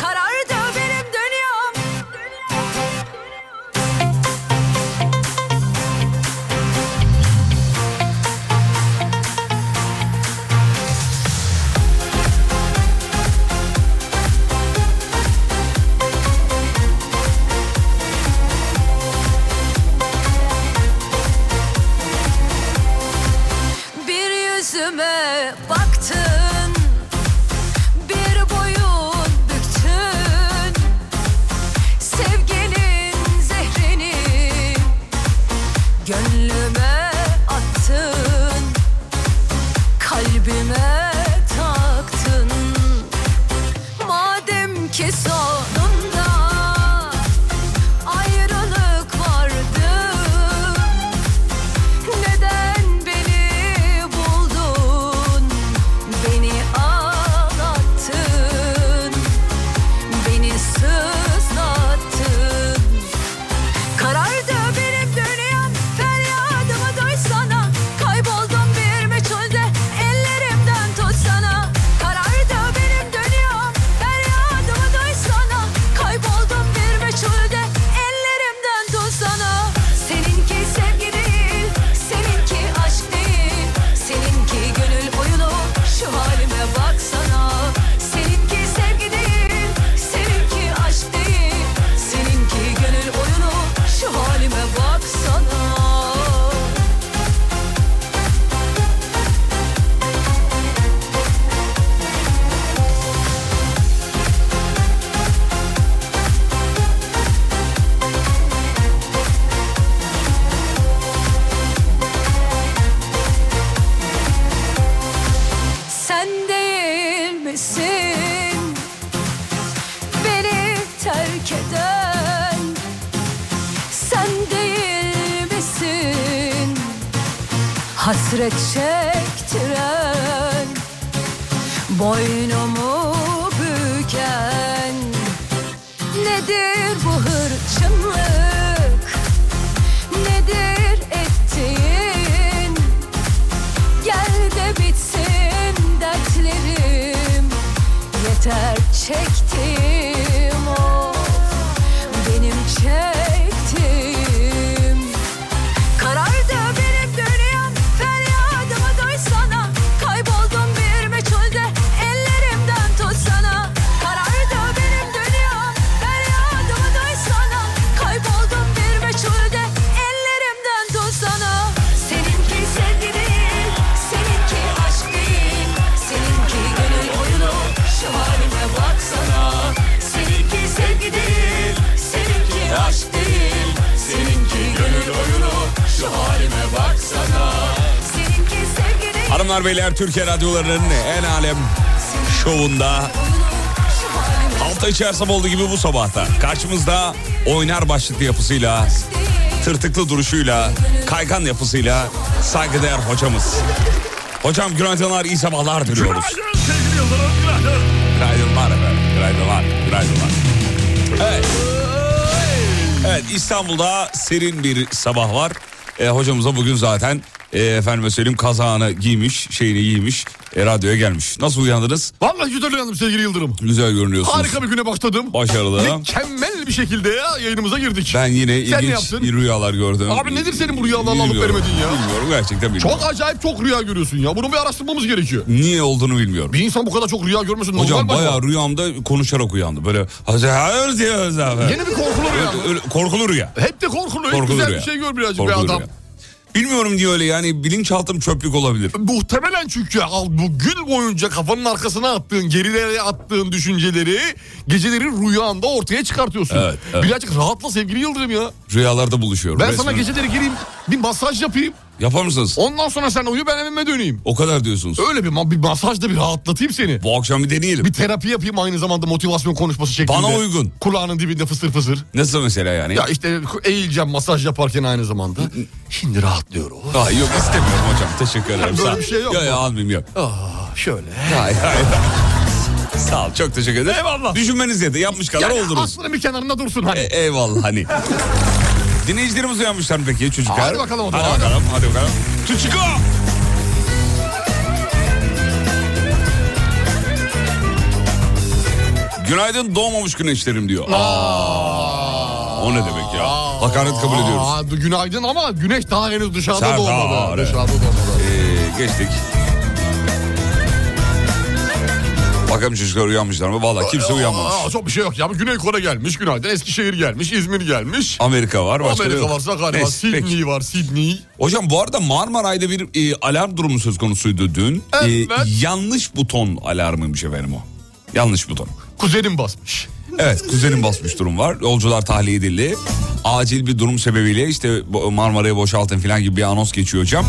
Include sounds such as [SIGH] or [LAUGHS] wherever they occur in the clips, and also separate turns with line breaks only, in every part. Karardı benim dünyam. Bir yüzüme baktın Bir boyun büktün Sevginin zehrini Gönlüme attın Kalbime taktın Madem ki sonunda Ayrılık vardı neden beni buldun? Beni ağlattın. Beni sızlattın. Karardı benim dünyam. Feryadıma duysana. Kayboldum bir meçhulde. Ellerimden tutsana. Karardı benim dünyam. Feryadıma duysana. Kayboldum bir meçhulde. Ellerimden tutsana. Seninki sevgi değil. Seninki aşk değil. Seninki gönül oyunu. Şu halime baksana. Seninki sevgi değil. Seninki aşk değil. Seninki gönül oyunu. Şu halime baksana. Sen değil misin? Beni terk eden Sen değil misin? Hasret çektiren Boynumu büken Nedir bu hırçınlık? Nedir ettiğin? Gel de bitsin dertlerim Yeter çektim o Benim çektim Karardı benim dünyam Feryadıma duysana Kayboldum bir meçhulde Ellerimden tutsana Karardı benim dünyam Feryadıma duysana Kayboldum bir meçhulde Ellerimden tutsana Seninki sevgi değil Seninki aşk değil Seninki gönül oyunu Şu halime baksana Seninki sevgi değil Seninki aşk değil Seninki gönül oyunu Şu halime baksana Seninki sevgi değil
Hanımlar beyler Türkiye radyolarının en alem şovunda hafta içi her sabah olduğu gibi bu sabahta karşımızda oynar başlıklı yapısıyla, tırtıklı duruşuyla, kaygan yapısıyla saygıdeğer hocamız. Hocam günaydınlar, iyi sabahlar diliyoruz.
Sevgili Yıldırım günaydın.
Günaydınlar efendim, günaydınlar, günaydınlar. Evet. Evet İstanbul'da serin bir sabah var. E, hocamız da bugün zaten e, efendime söyleyeyim kazağını giymiş, şeyini giymiş, e, radyoya gelmiş. Nasıl uyandınız?
Vallahi güzel uyandım sevgili Yıldırım.
Güzel görünüyorsunuz.
Harika bir güne başladım.
Başarılı.
Mükemmel bir şekilde ya yayınımıza girdik.
Ben yine
Sen ne
ilginç
yaptın?
rüyalar gördüm.
Abi nedir senin bu rüyalarla alıp
Bilmiyorum.
veremedin ya?
Bilmiyorum gerçekten bilmiyorum.
Çok acayip çok rüya görüyorsun ya. Bunu bir araştırmamız gerekiyor.
Niye olduğunu bilmiyorum.
Bir insan bu kadar çok rüya görmesi normal
Hocam
mi acaba?
bayağı rüyamda konuşarak uyandı. Böyle hayır diyoruz abi.
Yeni bir korkulu rüya.
Öyle- öyle- Korkulu rüya.
Hep de korkulu. hep
Korkulu
güzel
rüya.
bir şey gör birazcık be
Korkulu
adam.
rüya. Bilmiyorum diye öyle yani bilinçaltım çöplük olabilir.
Muhtemelen çünkü al bu gün boyunca kafanın arkasına attığın, gerilere attığın düşünceleri geceleri rüyanda ortaya çıkartıyorsun.
Evet, evet.
Birazcık rahatla sevgili Yıldırım ya.
Rüyalarda buluşuyorum.
Ben sana
resmen.
geceleri gireyim bir masaj yapayım.
Yapar mısınız?
Ondan sonra sen uyu ben evime döneyim.
O kadar diyorsunuz.
Öyle bir, ma- bir masajda bir rahatlatayım seni.
Bu akşam bir deneyelim.
Bir terapi yapayım aynı zamanda motivasyon konuşması şeklinde.
Bana uygun.
Kulağının dibinde fısır fısır.
Nasıl mesela yani?
Ya işte eğileceğim masaj yaparken aynı zamanda. Şimdi rahatlıyoruz.
Ay yok istemiyorum hocam. Teşekkür ederim.
Böyle
Sağ ol.
bir şey yok
Ya
mu?
ya almayayım yok.
Ah, şöyle.
Hayır hayır. [LAUGHS] Sağ ol çok teşekkür ederim.
Eyvallah.
Düşünmeniz yeter. Yapmış kadar
Yani
oldunuz.
aklının bir kenarında dursun hani.
E, eyvallah hani. Dinleyicilerimiz uyanmışlar mı peki çocuklar?
Hadi bakalım o zaman.
Hadi bakalım. Hadi bakalım. Çocuklar! Günaydın doğmamış güneşlerim diyor. Aa, o ne demek ya? Hakaret kabul ediyoruz.
Aa, günaydın ama güneş daha henüz dışarıda
Sen-
doğmadı.
Aa, evet.
Dışarıda doğmadı.
Ee, geçtik. Bakalım çocuklar uyanmışlar mı? Valla kimse uyanmamış.
Aa, çok bir şey yok ya. Güney Kore gelmiş, günaydın. Eskişehir gelmiş, İzmir gelmiş.
Amerika var. Başka da
Amerika
yok.
varsa galiba
Neyse, peki.
Sydney var, Sydney.
Hocam bu arada Marmaray'da bir e, alarm durumu söz konusuydu dün. E,
Evet.
yanlış buton alarmıymış efendim o. Yanlış buton.
Kuzenim basmış.
Evet kuzenim basmış durum var. Yolcular tahliye edildi. Acil bir durum sebebiyle işte bu- Marmara'yı boşaltın falan gibi bir anons geçiyor hocam.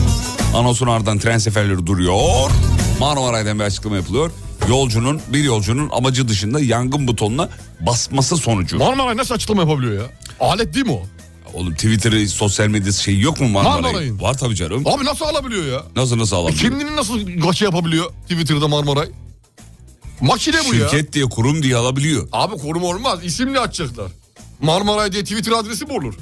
Anonsun ardından tren seferleri duruyor. Marmaray'dan bir açıklama yapılıyor. Yolcunun bir yolcunun amacı dışında yangın butonuna basması sonucu.
Marmaray nasıl açıklama yapabiliyor ya? Alet değil mi o?
Oğlum Twitter'ı sosyal medyası şey yok mu Marmaray'ın?
Marmaray'ın.
Var tabii canım.
Abi nasıl alabiliyor ya?
Nasıl nasıl
E,
alabiliyor?
Kendini nasıl gaça yapabiliyor Twitter'da Marmaray? Makine bu ya.
Şirket diye kurum diye alabiliyor.
Abi koruma olmaz. İsimle açacaklar. Marmaray diye Twitter adresi mi olur?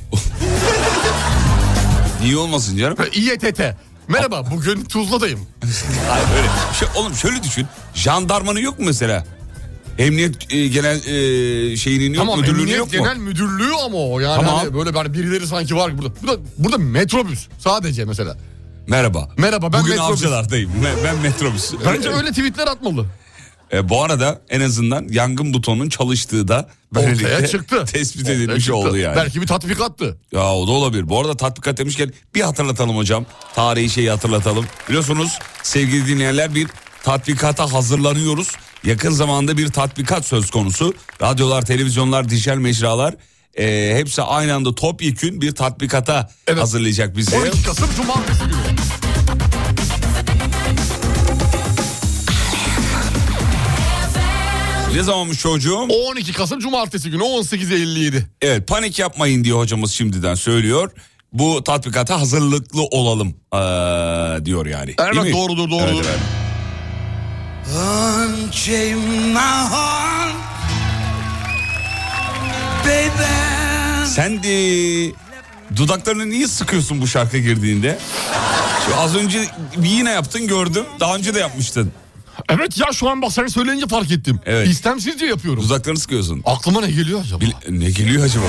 Niye olmasın
[LAUGHS]
canım?
İETT. Merhaba bugün Tuzla'dayım.
Hayır öyle. Şey, oğlum şöyle düşün. Jandarmanın yok mu mesela? Emniyet e, genel e, şeyinin yok
Tamam
müdürlüğünün
Emniyet
yok mu?
Genel Müdürlüğü ama o. Yani
Tamam.
hani böyle hani birileri sanki var burada. Burada, burada metrobüs sadece mesela.
Merhaba.
Merhaba, ben
Bugün
metrobüs.
avcılardayım. Ben, ben metrobüs.
Bence öyle tweetler atmalı.
E, bu arada en azından yangın butonunun çalıştığı da böylelikle
Ortaya çıktı.
[LAUGHS] tespit
Ortaya
edilmiş
çıktı.
oldu yani.
Belki bir tatbikattı.
Ya o da olabilir. Bu arada tatbikat demişken bir hatırlatalım hocam. Tarihi şeyi hatırlatalım. Biliyorsunuz sevgili dinleyenler bir tatbikata hazırlanıyoruz. Yakın zamanda bir tatbikat söz konusu. Radyolar, televizyonlar, dijital mecralar eee, hepsi aynı anda topyekün bir tatbikata
Evet.
hazırlayacak bizi.
12 Kasım Cumartesi günü.
Ne zamanmış çocuğum?
12 Kasım Cumartesi günü 18.57.
Evet panik yapmayın diye hocamız şimdiden söylüyor. Bu tatbikata hazırlıklı olalım eee, diyor yani.
Evet,
Değil mi?
doğrudur, doğrudur.
Evet, evet.
Unchain my heart, baby.
Sen de dudaklarını niye sıkıyorsun bu şarkı girdiğinde? Şu az önce bir yine yaptın gördüm. Daha önce de yapmıştın.
Evet ya şu an bak sen söyleyince fark ettim.
Evet.
İstemsizce yapıyorum.
Dudaklarını sıkıyorsun.
Aklıma ne geliyor acaba?
Bil- e, ne geliyor acaba?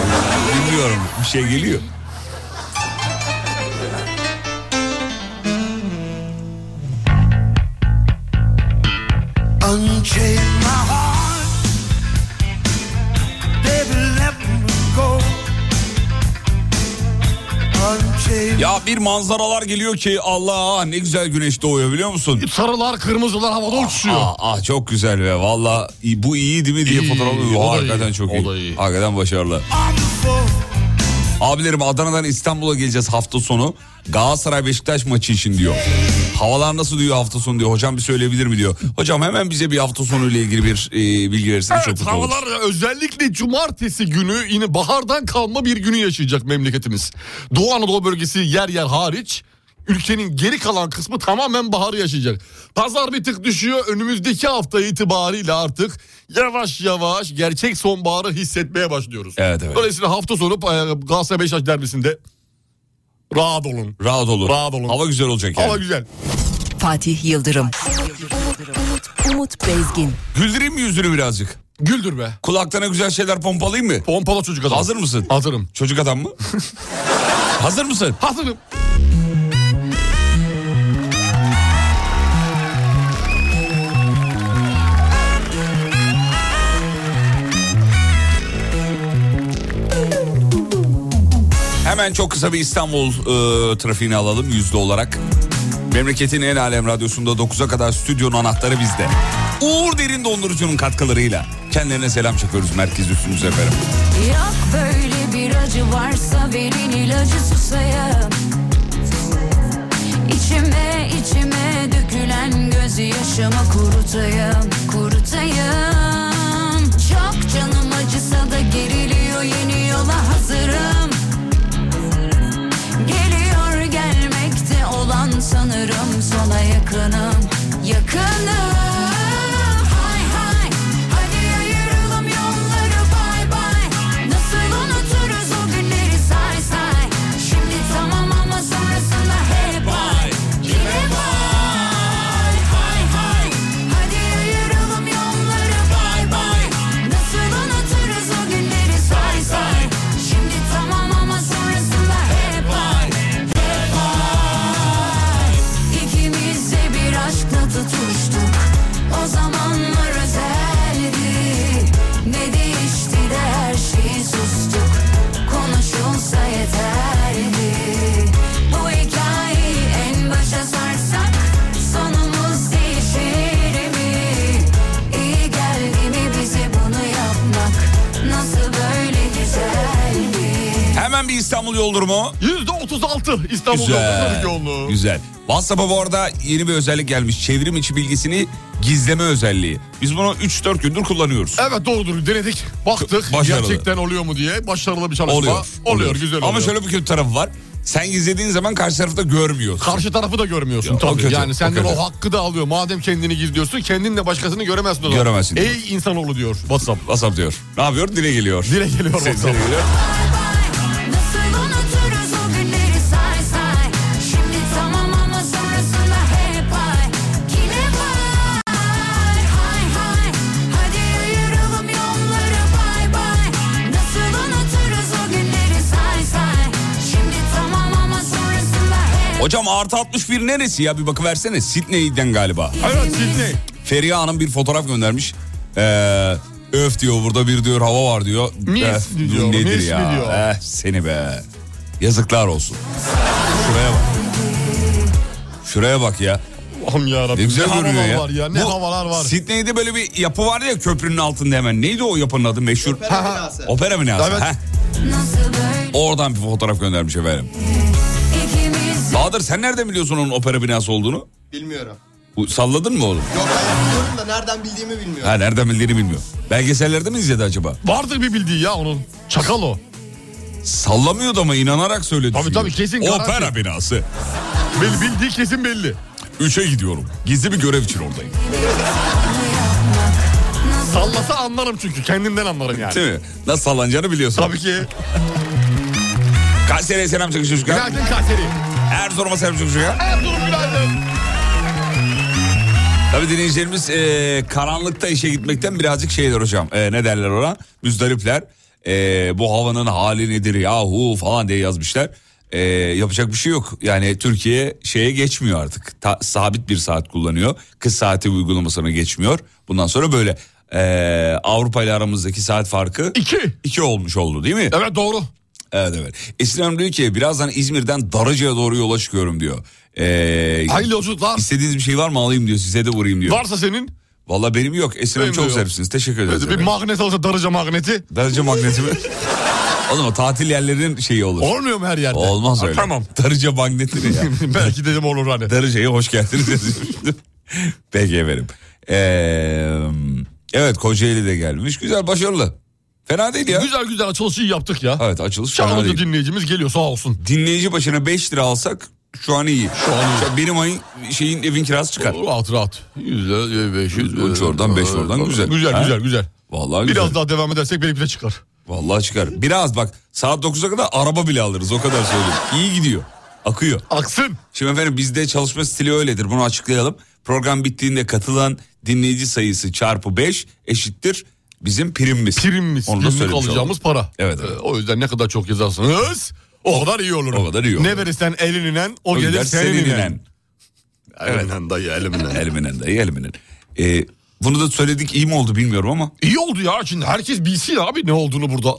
Bilmiyorum. Bir şey geliyor.
Unchain my heart, baby. Let me go. Unchain.
Ya bir manzaralar geliyor ki Allah ne güzel güneş doğuyor biliyor musun?
Sarılar, kırmızılar havada uçuşuyor.
Aa, aa, çok güzel be. Valla i- bu iyi değil mi diye
İyi,
fotoğraf
o da
Oo, Hakikaten
iyi,
çok
o
iyi.
da iyi.
Hakikaten başarılı.
On the floor,
Abilerim Adana'dan İstanbul'a geleceğiz hafta sonu. Galatasaray Beşiktaş maçı için diyor. Havalar nasıl diyor hafta sonu diyor. Hocam bir söyleyebilir mi diyor. Hocam hemen bize bir hafta sonu ile ilgili bir e, bilgi verirseniz çok
Evet
mutlu oluruz.
havalar özellikle cumartesi günü yine bahardan kalma bir günü yaşayacak memleketimiz. Doğu Anadolu bölgesi yer yer hariç ülkenin geri kalan kısmı tamamen baharı yaşayacak. Pazar bir tık düşüyor önümüzdeki hafta itibariyle artık yavaş yavaş gerçek sonbaharı hissetmeye başlıyoruz.
Evet, evet.
Dolayısıyla hafta sonu e, Galatasaray Beşiktaş derbisinde rahat olun.
Rahat olun.
Rahat olun.
Hava güzel olacak yani.
Hava güzel.
Fatih Yıldırım. Umut, Umut Bezgin.
Güldüreyim mi yüzünü birazcık?
Güldür be.
Kulaklarına güzel şeyler pompalayayım mı?
Pompala çocuk adam.
Hazır mısın?
Hazırım.
Çocuk adam
[LAUGHS]
mı? Hazır mısın?
Hazırım.
Hemen çok kısa bir İstanbul e, trafiğini alalım yüzde olarak. Memleketin en alem radyosunda 9'a kadar stüdyonun anahtarı bizde. Uğur Derin Dondurucu'nun katkılarıyla kendilerine selam çakıyoruz merkez üstümüze efendim.
Yok böyle bir acı varsa verin ilacı susayım İçime içime dökülen gözyaşımı kurutayım Kurutayım Çok canım acısa da geriliyor yeni yola hazırım Geliyor gelmekte olan sanırım sona yakınım Yakınım Hay hay Hadi ayıralım yolları bay bay Nasıl unuturuz o günleri say say
İstanbul yol durumu?
%36 İstanbul'da
Güzel.
otobüs yoğunluğu.
Güzel. WhatsApp'a bu arada yeni bir özellik gelmiş. Çevrim içi bilgisini gizleme özelliği. Biz bunu 3-4 gündür kullanıyoruz.
Evet doğrudur denedik. Baktık
Başarılı.
gerçekten oluyor mu diye. Başarılı bir çalışma.
Oluyor.
Oluyor, güzel oluyor.
Ama şöyle bir kötü tarafı var. Sen gizlediğin zaman karşı tarafta görmüyorsun.
Karşı tarafı da görmüyorsun
Ya, o
tabii.
kötü, o
yani senden o,
kötü.
hakkı da alıyor. Madem kendini gizliyorsun kendin de başkasını göremezsin o zaman.
Göremezsin.
Ey insanoğlu diyor WhatsApp.
WhatsApp diyor. Ne yapıyor? Dile geliyor.
Dile
Ses
geliyor WhatsApp.
dile geliyor.
Nasıl unuturuz o günleri say say Şimdi tamam ama sonrasında hep ay Yine var hay hay Hadi ayıralım yolları bay bay Nasıl unuturuz o günleri say say Şimdi tamam ama sonrasında hep
Hocam artı 61 neresi ya bir bakıversene. Sydney'den galiba.
Evet Sidney.
Feriha Hanım bir fotoğraf göndermiş. Ee, öf diyor burada bir diyor hava var diyor.
Mis
Öf,
diyor,
bu Nedir
mis
ya?
diyor.
Eh, seni be. Yazıklar olsun. Şuraya bak. Şuraya bak ya.
Allah'ım yarabbim.
Ne güzel görünüyor
havalar
ya.
var ya. Ne
Bu
havalar var.
Sydney'de böyle bir yapı var ya köprünün altında hemen. Neydi o yapının adı meşhur? Opera binası.
Evet.
heh.
nasıl böyle
Oradan bir fotoğraf göndermiş efendim.
ikimiz
Bahadır sen nereden biliyorsun onun opera binası olduğunu?
Bilmiyorum.
Bu- Salladın mı oğlum?
Yok hayır biliyorum da nereden bildiğimi bilmiyorum.
Ha nereden bildiğini bilmiyor. Belgesellerde mi izledi acaba?
Vardır bir bildiği ya onun. Çakal o.
Sallamıyordu ama inanarak söyledi.
Tabii,
çünkü.
tabii, kesin garanti.
Opera binası.
Belli, bildiği kesin belli.
Üçe gidiyorum. Gizli bir görev için oradayım.
Sallasa anlarım çünkü. Kendimden anlarım yani.
Değil mi? Nasıl sallanacağını biliyorsun.
Tabii ki.
Kayseri'ye selam çakışın çocuklar.
Günaydın Kayseri.
Erzurum'a selam çakışın çocuklar.
Erzurum günaydın.
Tabii dinleyicilerimiz e, karanlıkta işe gitmekten birazcık şeyler hocam. E, ne derler ona? Müzdaripler. E, bu havanın hali nedir yahu falan diye yazmışlar. E, yapacak bir şey yok. Yani Türkiye şeye geçmiyor artık. Ta- sabit bir saat kullanıyor. Kız saati uygulamasına geçmiyor. Bundan sonra böyle e, Avrupa ile aramızdaki saat farkı
İki.
iki olmuş oldu değil mi?
Evet doğru.
Evet evet. Esin Hanım diyor ki birazdan İzmir'den Darıca'ya doğru yola çıkıyorum diyor. E,
Hayırlı yolculuklar.
İstediğiniz bir şey var mı alayım diyor size de vurayım diyor.
Varsa senin
Valla benim yok. Esin Hanım
Benim de
çok
yok.
zarifsiniz. Teşekkür ederiz.
bir magnet alırsa darıca magneti.
Darıca magneti
[LAUGHS]
mi? Oğlum o tatil yerlerinin şeyi olur.
Olmuyor mu her yerde?
Olmaz
Ha,
öyle.
Tamam. [LAUGHS]
Darıca magneti ne ya?
Belki dedim olur hani.
Darıca'ya hoş geldiniz. yazıyor. [LAUGHS] Peki efendim. Ee, evet Kocaeli de gelmiş. Güzel başarılı. Fena değil ya.
Güzel güzel açılışı iyi yaptık ya.
Evet açılış fena
Çağlıca
değil.
dinleyicimiz geliyor sağ olsun.
Dinleyici başına 5 lira alsak şu an iyi. Şu an Benim ayın şeyin evin kirası çıkar.
Rahat rahat. Yüzde beş yüz.
Üç oradan, beş oradan, güzel.
Güzel
Ha?
güzel güzel.
Vallahi güzel.
Biraz daha devam edersek benimki de çıkar.
Vallahi çıkar. Biraz bak saat 9'a kadar araba bile alırız o kadar söyleyeyim. İyi gidiyor. Akıyor.
Aksın.
Şimdi efendim bizde çalışma stili öyledir bunu açıklayalım. Program bittiğinde katılan dinleyici sayısı çarpı 5 eşittir bizim primimiz.
Primimiz.
Onu da
Günlük
söylemiş
alacağımız
olalım.
para.
Evet,
Ee,
evet.
o yüzden ne kadar çok yazarsınız o kadar iyi olur.
O kadar iyi olur.
Ne verirsen elinen o,
O
gelir
gider
senin
seninle.
inen. Elinen dayı elinen.
Eliminen dayı eliminen. Ee, bunu da söyledik iyi mi oldu bilmiyorum ama
iyi oldu ya şimdi herkes bilsin abi ne olduğunu burada.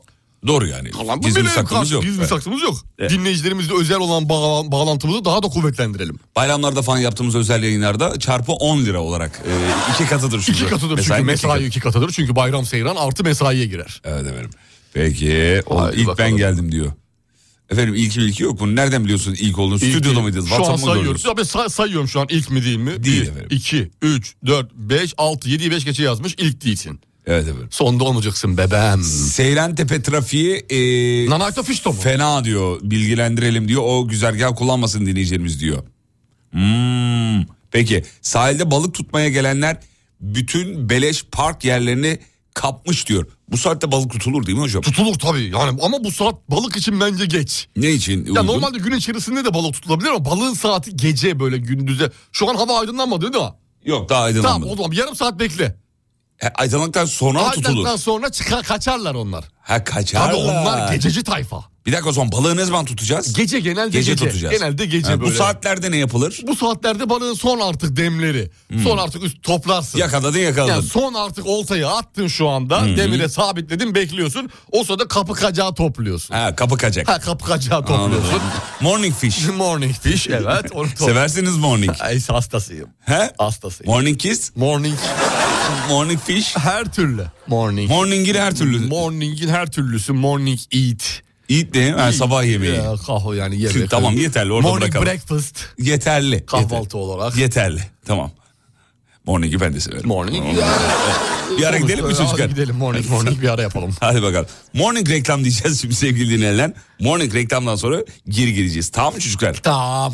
doğru yani.
Kalan bu
Gizli
bilelim
saklımız
kardeşim,
yok.
Gizli
Evet.
saklımız yok.
Evet.
Dinleyicilerimizle özel olan bağla- bağlantımızı daha da kuvvetlendirelim.
Bayramlarda falan yaptığımız özel yayınlarda çarpı 10 lira olarak e, iki katıdır çünkü.
İki katıdır çünkü
Mesainin iki
mesai iki katıdır. Çünkü bayram seyran artı mesaiye girer.
Evet efendim. Peki. O
Haydi
ilk ben
bakalım.
geldim diyor. Efendim ilk mi ilki yok mu? Nereden biliyorsun ilk olduğunu? Stüdyoda
İlki-
mıydınız?
Şu an
WhatsApp'ı mı
sayıyoruz.
gördünüz?
Ya ben say- sayıyorum şu an ilk mi değil mi?
Değil
Bir,
efendim.
İki, üç, dört, beş, altı, yedi, beş geçe yazmış. İlk değilsin.
Evet efendim.
Sonda olmayacaksın bebeğim.
Seyrantepe trafiği e,
Nanayta fişto mu?
fena diyor. Bilgilendirelim diyor. O güzergah kullanmasın dinleyicilerimiz diyor. Hmm. Peki sahilde balık tutmaya gelenler bütün beleş park yerlerini kapmış diyor. Bu saatte balık tutulur değil mi hocam?
Tutulur tabii yani ama bu saat balık için bence geç.
Ne için?
Ya
uygun?
normalde gün içerisinde de balık tutulabilir ama balığın saati gece böyle gündüze. Şu an hava aydınlanmadı değil mi?
Yok daha
Tamam
aydınlanmadı.
o zaman bir yarım saat bekle.
He, Aydınlandıktan sonra tutulur.
Aydınlandıktan sonra çıkar, kaçarlar onlar.
Ha kaçar.
Tabii onlar gececi tayfa.
Bir dakika o zaman balığı ne zaman tutacağız?
Gece genelde
Gece
gece.
tutacağız.
Genelde gece
Ha,
böyle.
Bu saatlerde ne yapılır?
Bu saatlerde balığın son artık demleri. Son artık üst toplarsın.
Hmm. Yakaladın Hmm. yakaladın.
Yani son artık oltayı attın şu anda. Demire sabitledin bekliyorsun. O sırada kapı kacağı topluyorsun.
Ha kapı kaçak.
Ha kapı kacağı topluyorsun.
Morning
[LAUGHS]
fish.
Morning fish evet.
[LAUGHS]
Onu topluyorsun.
Seversiniz morning.
Ay hastasıyım.
He?
Hastasıyım.
Morning kiss,
Morning
morning fish.
her türlü. Morning.
Morning'in her türlü.
Morning'in her türlüsü. Morning eat.
Eat ne? Ha, sabah yemeği.
Ya, kahve yani yemek.
Tamam, yeterli, orada
Morning
bırakalım.
breakfast.
Yeterli.
Kahvaltı
yeterli.
olarak.
Yeterli. Tamam. Morning'i ben de severim.
Morning.
Bir ara gidelim mi
Sonuçta
çocuklar?
Hadi gidelim morning morning bir ara yapalım.
Hadi bakalım. Morning reklam diyeceğiz şimdi sevgili dinleyenler. Morning reklamdan sonra geri gireceğiz. Tamam mı çocuklar?
Tamam.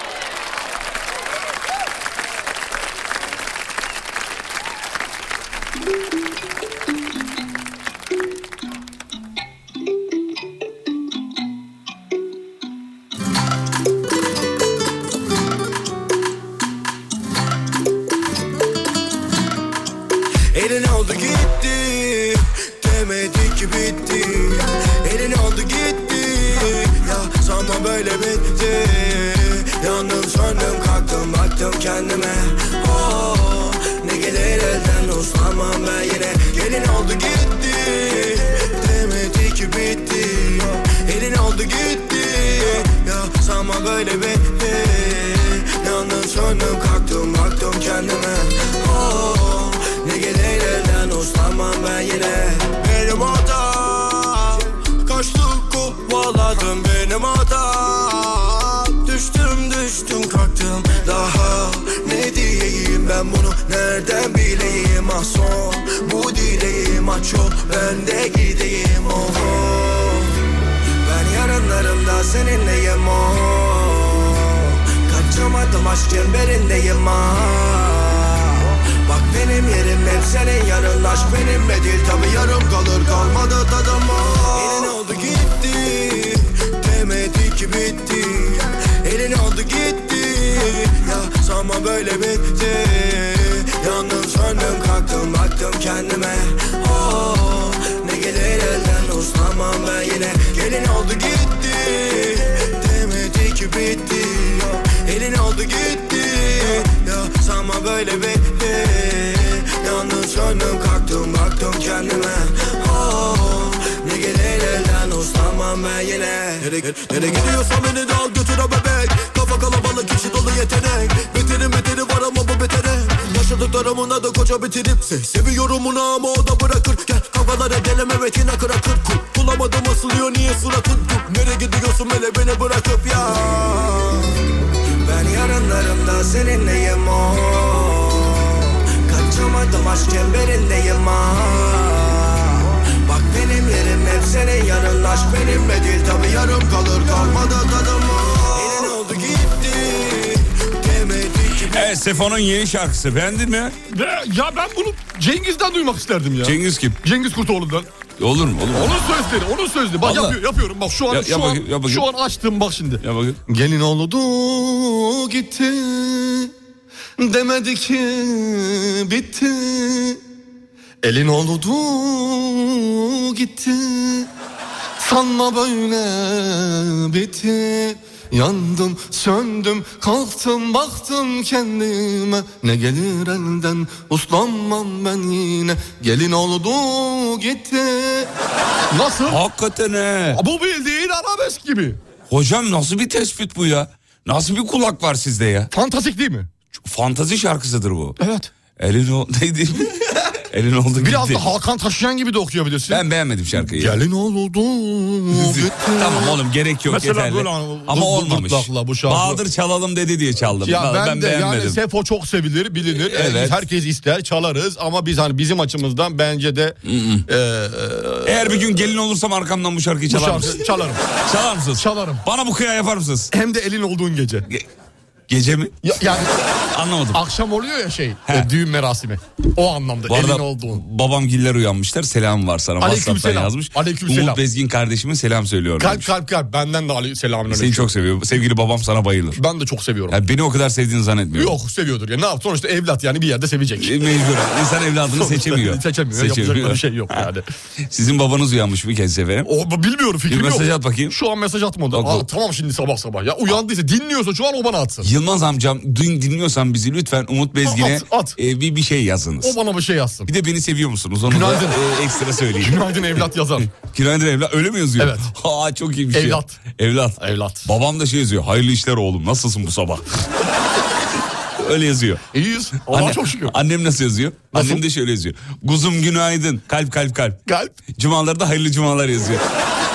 Elin oldu gitti Demedi ki bitti Elin oldu gitti Ya sanma böyle bitti Yandım söndüm kalktım baktım kendime Oh ne gelir elden uslanmam ben yine Gelin oldu gitti Demedi ki bitti Elin oldu gitti Ya sanma böyle bitti Yandım söndüm kalktım baktım kendime Oh ne gelir elden uslanmam ben yine Benim hatam Kaçtım kovaladım benim hatam Düştüm düştüm kalktım daha Ne diyeyim ben bunu nereden bileyim Ah son bu dileğim aç ol ben de gideyim oh, oh. Ben yarınlarımda seninleyim oh. Kaçamadım aşk çemberindeyim ah. Bak benim yerim hep senin yarın Aşk benimle değil tabi yarım kalır kalmadı tadım oh. Elin oldu gitti Demedi ki bitti Elin oldu gitti Ya sanma böyle bitti Yandım söndüm kalktım baktım kendime oh. Ne gelir elden uslanmam ben yine Gelin oldu gitti Demedi ki bitti Elin oldu gitti Ya sanma böyle bitti Yandım söndüm kalktım baktım kendime Oh ne gelir elden uslanmam ben yine Nereye, nereye gidiyorsan beni de al götür o bebek Kafa kalabalık içi dolu yetenek Biterim biteri var ama bu betere Yaşadıklarımın adı koca bir trip Se- Seviyorum onu ama o da bırakır Gel kafalara gelem evet yine kıra kırk kur. Bulamadım asılıyor niye suratın kur Nereye gidiyorsun hele beni bırakıp ya Ben yarınlarımda seninleyim o Kaçamadım aşk çemberindeyim ah Bak benim yerim hep senin yarın Aşk benimle değil tabi yarım kalır kalmadı tadım ah. Elin oldu gitti Demedi ki
Evet Sefo'nun yeni şarkısı. Beğendin mi?
Ya, ya ben bunu Cengiz'den duymak isterdim ya.
Cengiz kim?
Cengiz Kurtoğlu'ndan.
Olur mu? Olur mu?
Onun sözleri, onun sözleri. Bak
Vallahi.
yapıyor, yapıyorum. Bak şu an,
Ya-
şu,
yap
an
bakayım, yap bakayım.
şu an açtım bak şimdi.
Ya bakın.
Gelin oldu gitti Demedi ki bitti Elin oldu gitti Sanma böyle bitti Yandım, söndüm, kalktım, baktım kendime Ne gelir elden, uslanmam ben yine Gelin oldu gitti Nasıl?
Hakikaten he.
Bu bildiğin arabesk gibi.
Hocam nasıl bir tespit bu ya? Nasıl bir kulak var sizde ya?
Fantastik değil mi?
Fantazi şarkısıdır bu.
Evet.
Elin o... [LAUGHS] Neydi? Elin oldu gitti.
Biraz da Hakan Taşıyan gibi de okuyabilirsin.
Ben beğenmedim şarkıyı.
Gelin oldu gitti.
tamam oğlum gerek yok
Mesela
yeterli.
böyle an-
Ama
dur-
olmamış.
durdurtlakla bu şarkı.
Bahadır çalalım dedi diye çaldım.
Ya ben,
ben,
de
beğenmedim.
yani Sefo çok sevilir bilinir.
Evet.
Herkes ister çalarız ama biz hani bizim açımızdan bence de e,
Eğer bir gün gelin olursam arkamdan bu şarkıyı
bu
çalar mısınız?
şarkı çalarım.
Çalar mısınız?
Çalarım.
Bana bu kıya yapar mısınız?
Hem de elin olduğun gece.
Ge- Gece mi?
Ya- yani
Anlamadım.
akşam oluyor ya şey e, düğün merasimi. O anlamda
Bu
elin
arada
olduğun.
babam giller uyanmışlar. Selam var sana.
Aleyküm
WhatsApp'tan
selam.
yazmış.
Aleyküm
Umut
selam.
Bezgin kardeşime selam söylüyorum.
Kalp
demiş.
kalp kalp benden de Ali
Seni
selamünaleyküm.
çok seviyor. Sevgili babam sana bayılır.
Ben de çok seviyorum.
Yani beni o kadar sevdiğini zannetmiyorum.
Yok seviyordur ya. Ne yap? Sonuçta evlat yani bir yerde sevecek.
E, Mecbur. İnsan evladını
Sonuçta
seçemiyor.
Seçemiyor. Yapacak da bir şey yok yani.
[LAUGHS] Sizin babanız uyanmış mı kendisi efendim?
O b- bilmiyorum fikrim
Bir
yok.
mesaj at bakayım.
Şu an mesaj atmadı.
Bak
Aa,
o-
tamam şimdi sabah sabah. Ya uyandıysa dinliyorsa şu an o bana atsın.
Yılmaz amcam dün dinliyorsan bizi lütfen Umut Bezgin'e
At, at.
e, bir bir şey yazınız.
O bana bir şey
[LAUGHS]
yazsın.
Bir de beni seviyor musunuz? Onu da
Günaydın.
e, ekstra söyleyeyim.
Günaydın
[LAUGHS]
evlat yazar.
Günaydın evlat. Öyle mi yazıyor?
Evet.
Ha çok iyi bir şey.
Evlat.
Evlat.
Evlat.
Babam da şey yazıyor. Hayırlı işler oğlum. Nasılsın bu sabah? Öyle yazıyor.
İyiyiz. Allah'a çok şükür.
Annem nasıl yazıyor?
Nasıl?
Annem de şöyle yazıyor. Kuzum günaydın. Kalp kalp kalp.
Kalp.
Cumalarda hayırlı cumalar yazıyor.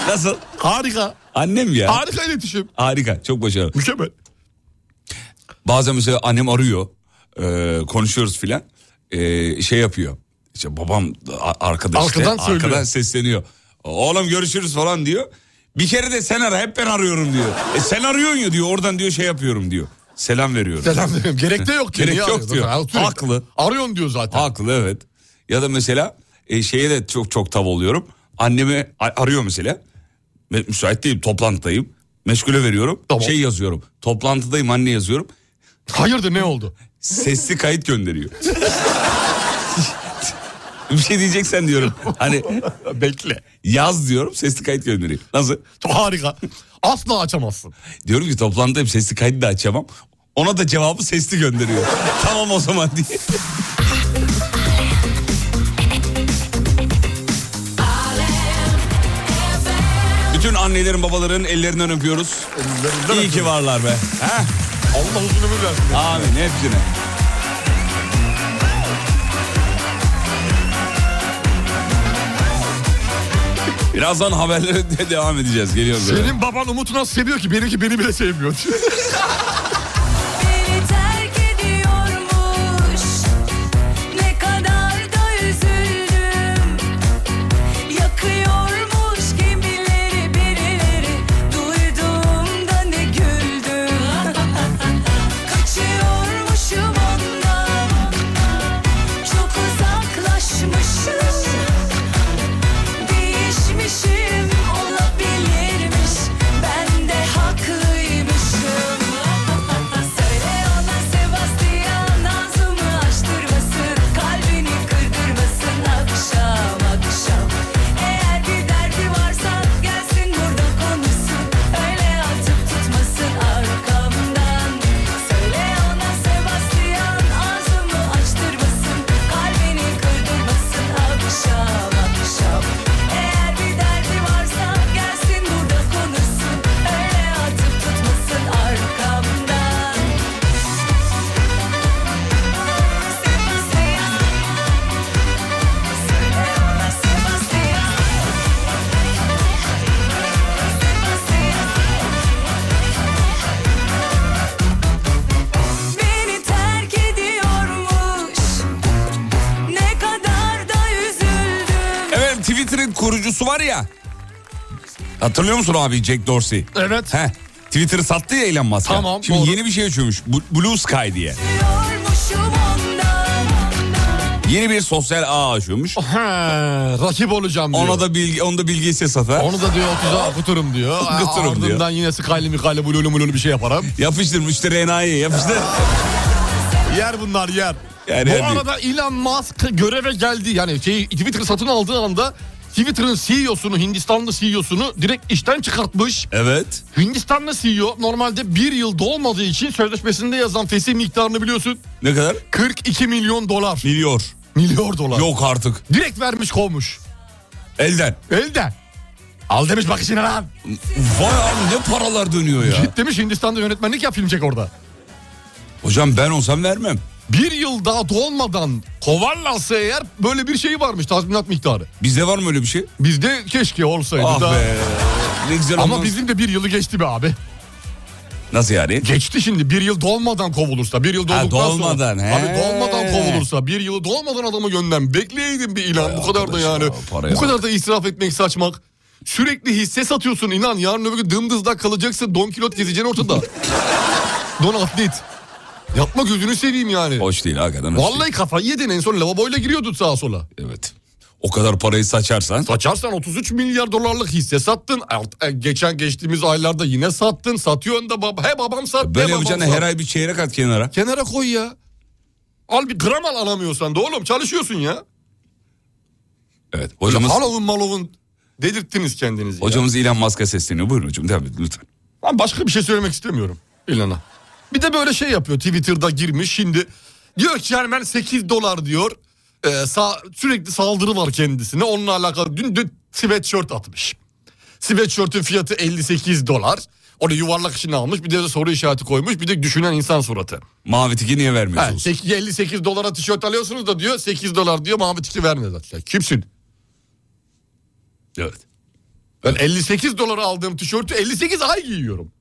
Nasıl?
Harika.
Annem ya.
Harika iletişim.
Harika. Çok başarılı.
Mükemmel.
Bazen mesela annem arıyor. e, konuşuyoruz filan. E, şey yapıyor. İşte babam da a- arkada işte.
Arkadan söylüyor.
Arkadan sesleniyor. Oğlum görüşürüz falan diyor. Bir kere de sen ara hep ben arıyorum diyor. E sen arıyorsun ya diyor oradan diyor şey yapıyorum diyor. Selam veriyorum.
Selam veriyorum. Gerek de yok
Gerek
diyor. Niye
yok
arıyorsun?
diyor.
Ha, sürekli.
Haklı.
Arıyorsun diyor zaten.
Haklı evet. Ya da mesela e, şeye de çok çok tav oluyorum. Annemi a- arıyor mesela. Me- Müsait değilim toplantıdayım. Meşgule veriyorum.
Tamam.
Şey yazıyorum. Toplantıdayım anne yazıyorum.
Hayırdır ne oldu?
Sesli kayıt gönderiyor. Bir şey diyeceksen diyorum. Hani
Bekle.
yaz diyorum sesli kayıt gönderiyor. Nasıl?
Çok harika. Asla açamazsın.
Diyorum ki toplantıdayım sesli kaydı da açamam. Ona da cevabı sesli gönderiyor. tamam o zaman diye. Bütün annelerin babaların ellerinden öpüyoruz. İyi ki varlar be. Heh,
Allah uzun ömür versin.
amin hepsine. Birazdan haberlere de [LAUGHS] devam edeceğiz. Geliyoruz. efendim.
Senin baban Umut'u nasıl seviyor ki? Benimki beni bile sevmiyor. [LAUGHS]
Beni terk ediyormuş Ne kadar da üzüldüm Yakıyormuş gemileri birileri Duyduğumda ne güldüm [LAUGHS] Kaçıyormuşum ondan Çok uzaklaşmışım Değişmişim olabilirmiş Ben de haklıymışım Söyle ona Sebastian ağzımı açtırmasın Kalbini kırdırmasın akşam akşam Eğer bir derdi varsa gelsin burada konuşsun Öyle atıp tutmasın arkamdan Söyle ona Sebastian ağzımı açtırmasın Kalbini kırdırmasın akşam akşam Eğer bir derdi varsa gelsin burada konuşsun Öyle atıp tutmasın arkamdan Sebastian Söyle ona Sebastian Sebastian Beni terk ediyormuş Ne kadar da üzüldüm
Evet Twitter'ın kurucusu var ya. Hatırlıyor musun abi Jack Dorsey?
evet.
He. Twitter'ı sattı ya Elon Musk.
Tamam,
Şimdi
doğru.
yeni bir şey açıyormuş. Bu- Blue Sky diye.
Yormuşum ondan
Yeni bir sosyal ağ açıyormuş.
He, rakip olacağım diyor.
Ona da bilgi, onu da bilgi size satar.
Onu da diyor [LAUGHS] 30'a akuturum diyor.
Akuturum
Ardından
diyor.
yine Skyli Mikali bululu mululu bir şey yaparım.
Yapıştır müşteri enayi
[LAUGHS]
yapıştır.
Yer bunlar yer.
Yani
Bu
yani-
arada Elon Musk göreve geldi. Yani şey, Twitter satın aldığı anda Twitter'ın CEO'sunu, Hindistanlı CEO'sunu direkt işten çıkartmış.
evet.
Hindistanlı CEO normalde bir yıl dolmadığı için sözleşmesinde yazan fesih miktarını biliyorsun.
Ne kadar?
42 milyon dolar.
Milyor.
Milyar dolar.
Yok artık.
Direkt vermiş kovmuş.
Elden.
Elden. Al demiş bak işine lan.
Vay abi ne paralar dönüyor ya.
Git demiş Hindistan'da yönetmenlik yap film çek orada.
Hocam ben olsam vermem.
Bir yıl daha dolmadan kovarlarsa eğer böyle bir şey varmış tazminat miktarı.
Bizde var mı öyle bir şey?
Bizde keşke olsaydı
Ah
E, da.
be. Ne güzel
Ama
olmaz.
bizim de bir yılı geçti be abi.
Nasıl yani?
Geçti şimdi bir yıl dolmadan kovulursa. Bir yıl
Ha,
dolduktan
dolmadan,
sonra.
he.
Abi dolmadan kovulursa. Bir yılı dolmadan adamı gönderen. Bekleyeydin bir ilan. bu kadar da
arkadaş
yani.
ya, paraya
bu kadar da israf etmek saçmak. Sürekli hisse satıyorsun inan. Yarın öbür gün dımdızda kalacaksın. Don Kilot
[LAUGHS]
gezeceksin ortada. Don atlet. Yapma gözünü seveyim yani.
Hoş değil hakikaten. hoş
Vallahi kafayı yedin en son lavaboyla giriyordun sağa sola.
değil. Evet. O kadar parayı saçarsan.
Saçarsan 33 milyar dolarlık hisse sattın. Art- e, Geçen geçtiğimiz aylarda yine sattın. Satıyorsun da bab he babam sat. he
Böyle
babam
yapacağına
sat.
her ay bir çeyrek at kenara.
Kenara koy ya. Al bir gram al alamıyorsan da oğlum çalışıyorsun ya.
Evet. Hocamız
Hocamız... Halovun malovun dedirttiniz kendinizi ya.
hocamız Elon Musk'a sesleniyor. Buyurun hocam devam edin lütfen.
Ben başka bir şey söylemek istemiyorum. İlhan'a. Bir de böyle şey yapıyor Twitter'da girmiş şimdi. Diyor ki yani ben 8 dolar diyor. Ee, sağ, sürekli saldırı var kendisine. Onunla alakalı dün, dün sweatshirt atmış. Sweatshirt'ün fiyatı 58 dolar. Onu yuvarlak içine almış. Bir de soru işareti koymuş. Bir de düşünen insan suratı.
Mavi tiki niye
Ha,
vermiyorsunuz?
sek- 58 dolara tişört alıyorsunuz da diyor 8 dolar diyor mavi tiki vermiyor zaten. Kimsin? şey-
Evet.
Ben 58 dolara aldığım tişörtü 58 ay giyiyorum.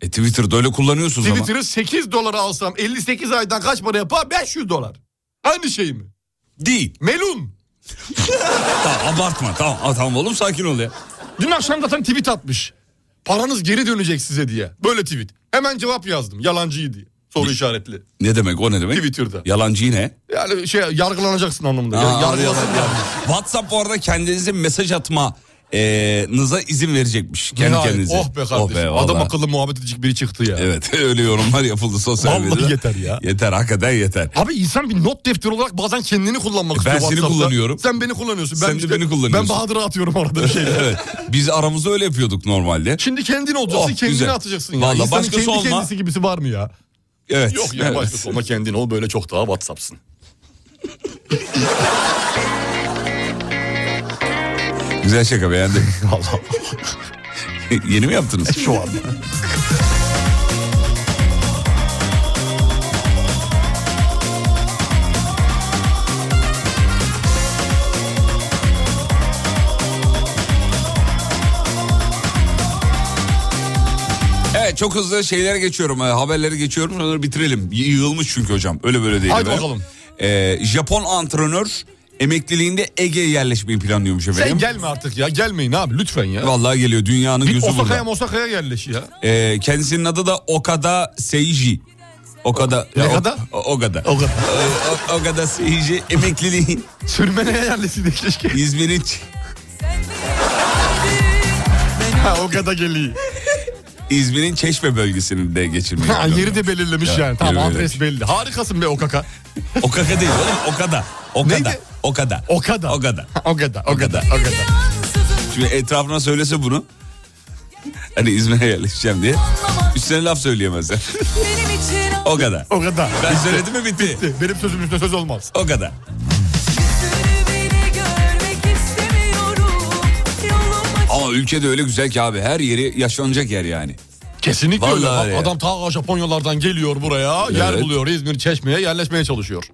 E Twitter'da öyle kullanıyorsunuz ama.
Twitter'ı 8 dolara alsam 58 aydan kaç para yapar? 500 dolar. Aynı şey mi?
Değil.
Melun.
Tamam abartma. Tamam, Aa, tamam oğlum sakin ol ya.
Dün akşam zaten tweet atmış. Paranız geri dönecek size diye. Böyle tweet. Hemen cevap yazdım. Yalancıyı diye. Soru işaretli.
Ne demek o ne demek?
Twitter'da.
Yalancı yine.
Yani şey yargılanacaksın anlamında.
Aa,
Ya- yargılasın
yalan-
yani.
WhatsApp bu arada kendinize mesaj atma e, nıza izin verecekmiş. Kendi
Nihayet.
kendinize.
Oh be kardeşim.
vallahi.
Adam akıllı muhabbet edecek biri çıktı ya.
Evet [LAUGHS] öyle yorumlar yapıldı sosyal
Vallahi
medyada.
yeter ya.
Yeter hakikaten
[LAUGHS]
yeter.
Abi insan bir not defteri olarak bazen kendini kullanmak istiyor
E seni
WhatsApp'ta.
kullanıyorum.
Sen beni kullanıyorsun. Ben
Sen de
işte-
beni kullanıyorsun.
Ben Bahadır'a atıyorum arada bir şeyler.
evet. Biz aramızda öyle yapıyorduk normalde.
Şimdi kendin olacaksın,
Oh,
kendini
güzel.
atacaksın ya.
Vallahi
İnsanın
başkası
kendi
olma.
kendisi gibisi var mı ya?
Evet.
Yok ya
evet.
başkası olma kendin ol böyle çok daha Whatsapp'sın.
Güzel şaka
[LAUGHS]
beğendim.
Allah.
[LAUGHS] Yeni mi
[LAUGHS]
yaptınız? Şu an. Evet çok hızlı şeylere geçiyorum. e, Haberleri geçiyorum. Sonra bitirelim. Y- Yığılmış çünkü hocam. Öyle böyle değil.
Haydi
be.
bakalım.
E, Japon antrenör emekliliğinde Ege'ye yerleşmeyi planlıyormuş efendim.
Sen gelme artık ya gelmeyin abi lütfen ya.
Vallahi geliyor dünyanın
Bir
gözü burada.
Osaka'ya Osaka'ya yerleş ya.
Ee, kendisinin adı da Okada Seiji. Okada.
Ne
ya, o-
kadar?
o- Okada.
O kadar. [LAUGHS]
Ee, o- Okada Seiji emekliliğin
Sürmeneye yerleşsin de keşke.
İzmir'in...
ha o kadar geliyor.
İzmir'in Çeşme bölgesinde geçirmeyi.
Ha,
planlıyor.
yeri de belirlemiş
Ya,
yani. Tamam
yeri
adres belli. Harikasın be Okaka.
Okaka değil oğlum Okada. Okada.
Neydi?
Okada.
Okada.
Okada.
Ha, O kadar, o kadar, o kadar.
Şimdi etrafına söylese bunu. Hani İzmir'e yerleşeceğim diye. Üstüne laf söyleyemezler. [LAUGHS] O kadar.
O kadar.
Ben söyledim mi bitti.
Benim sözümün üstüne söz olmaz.
O kadar. Ama ülkede öyle güzel ki abi. Her yeri yaşanacak yer yani.
Kesinlikle
Vallahi
öyle. Bak,
öyle ya.
Adam ta Japonyalardan geliyor buraya. Yer
Evet.
buluyor İzmir Çeşme'ye yerleşmeye çalışıyor.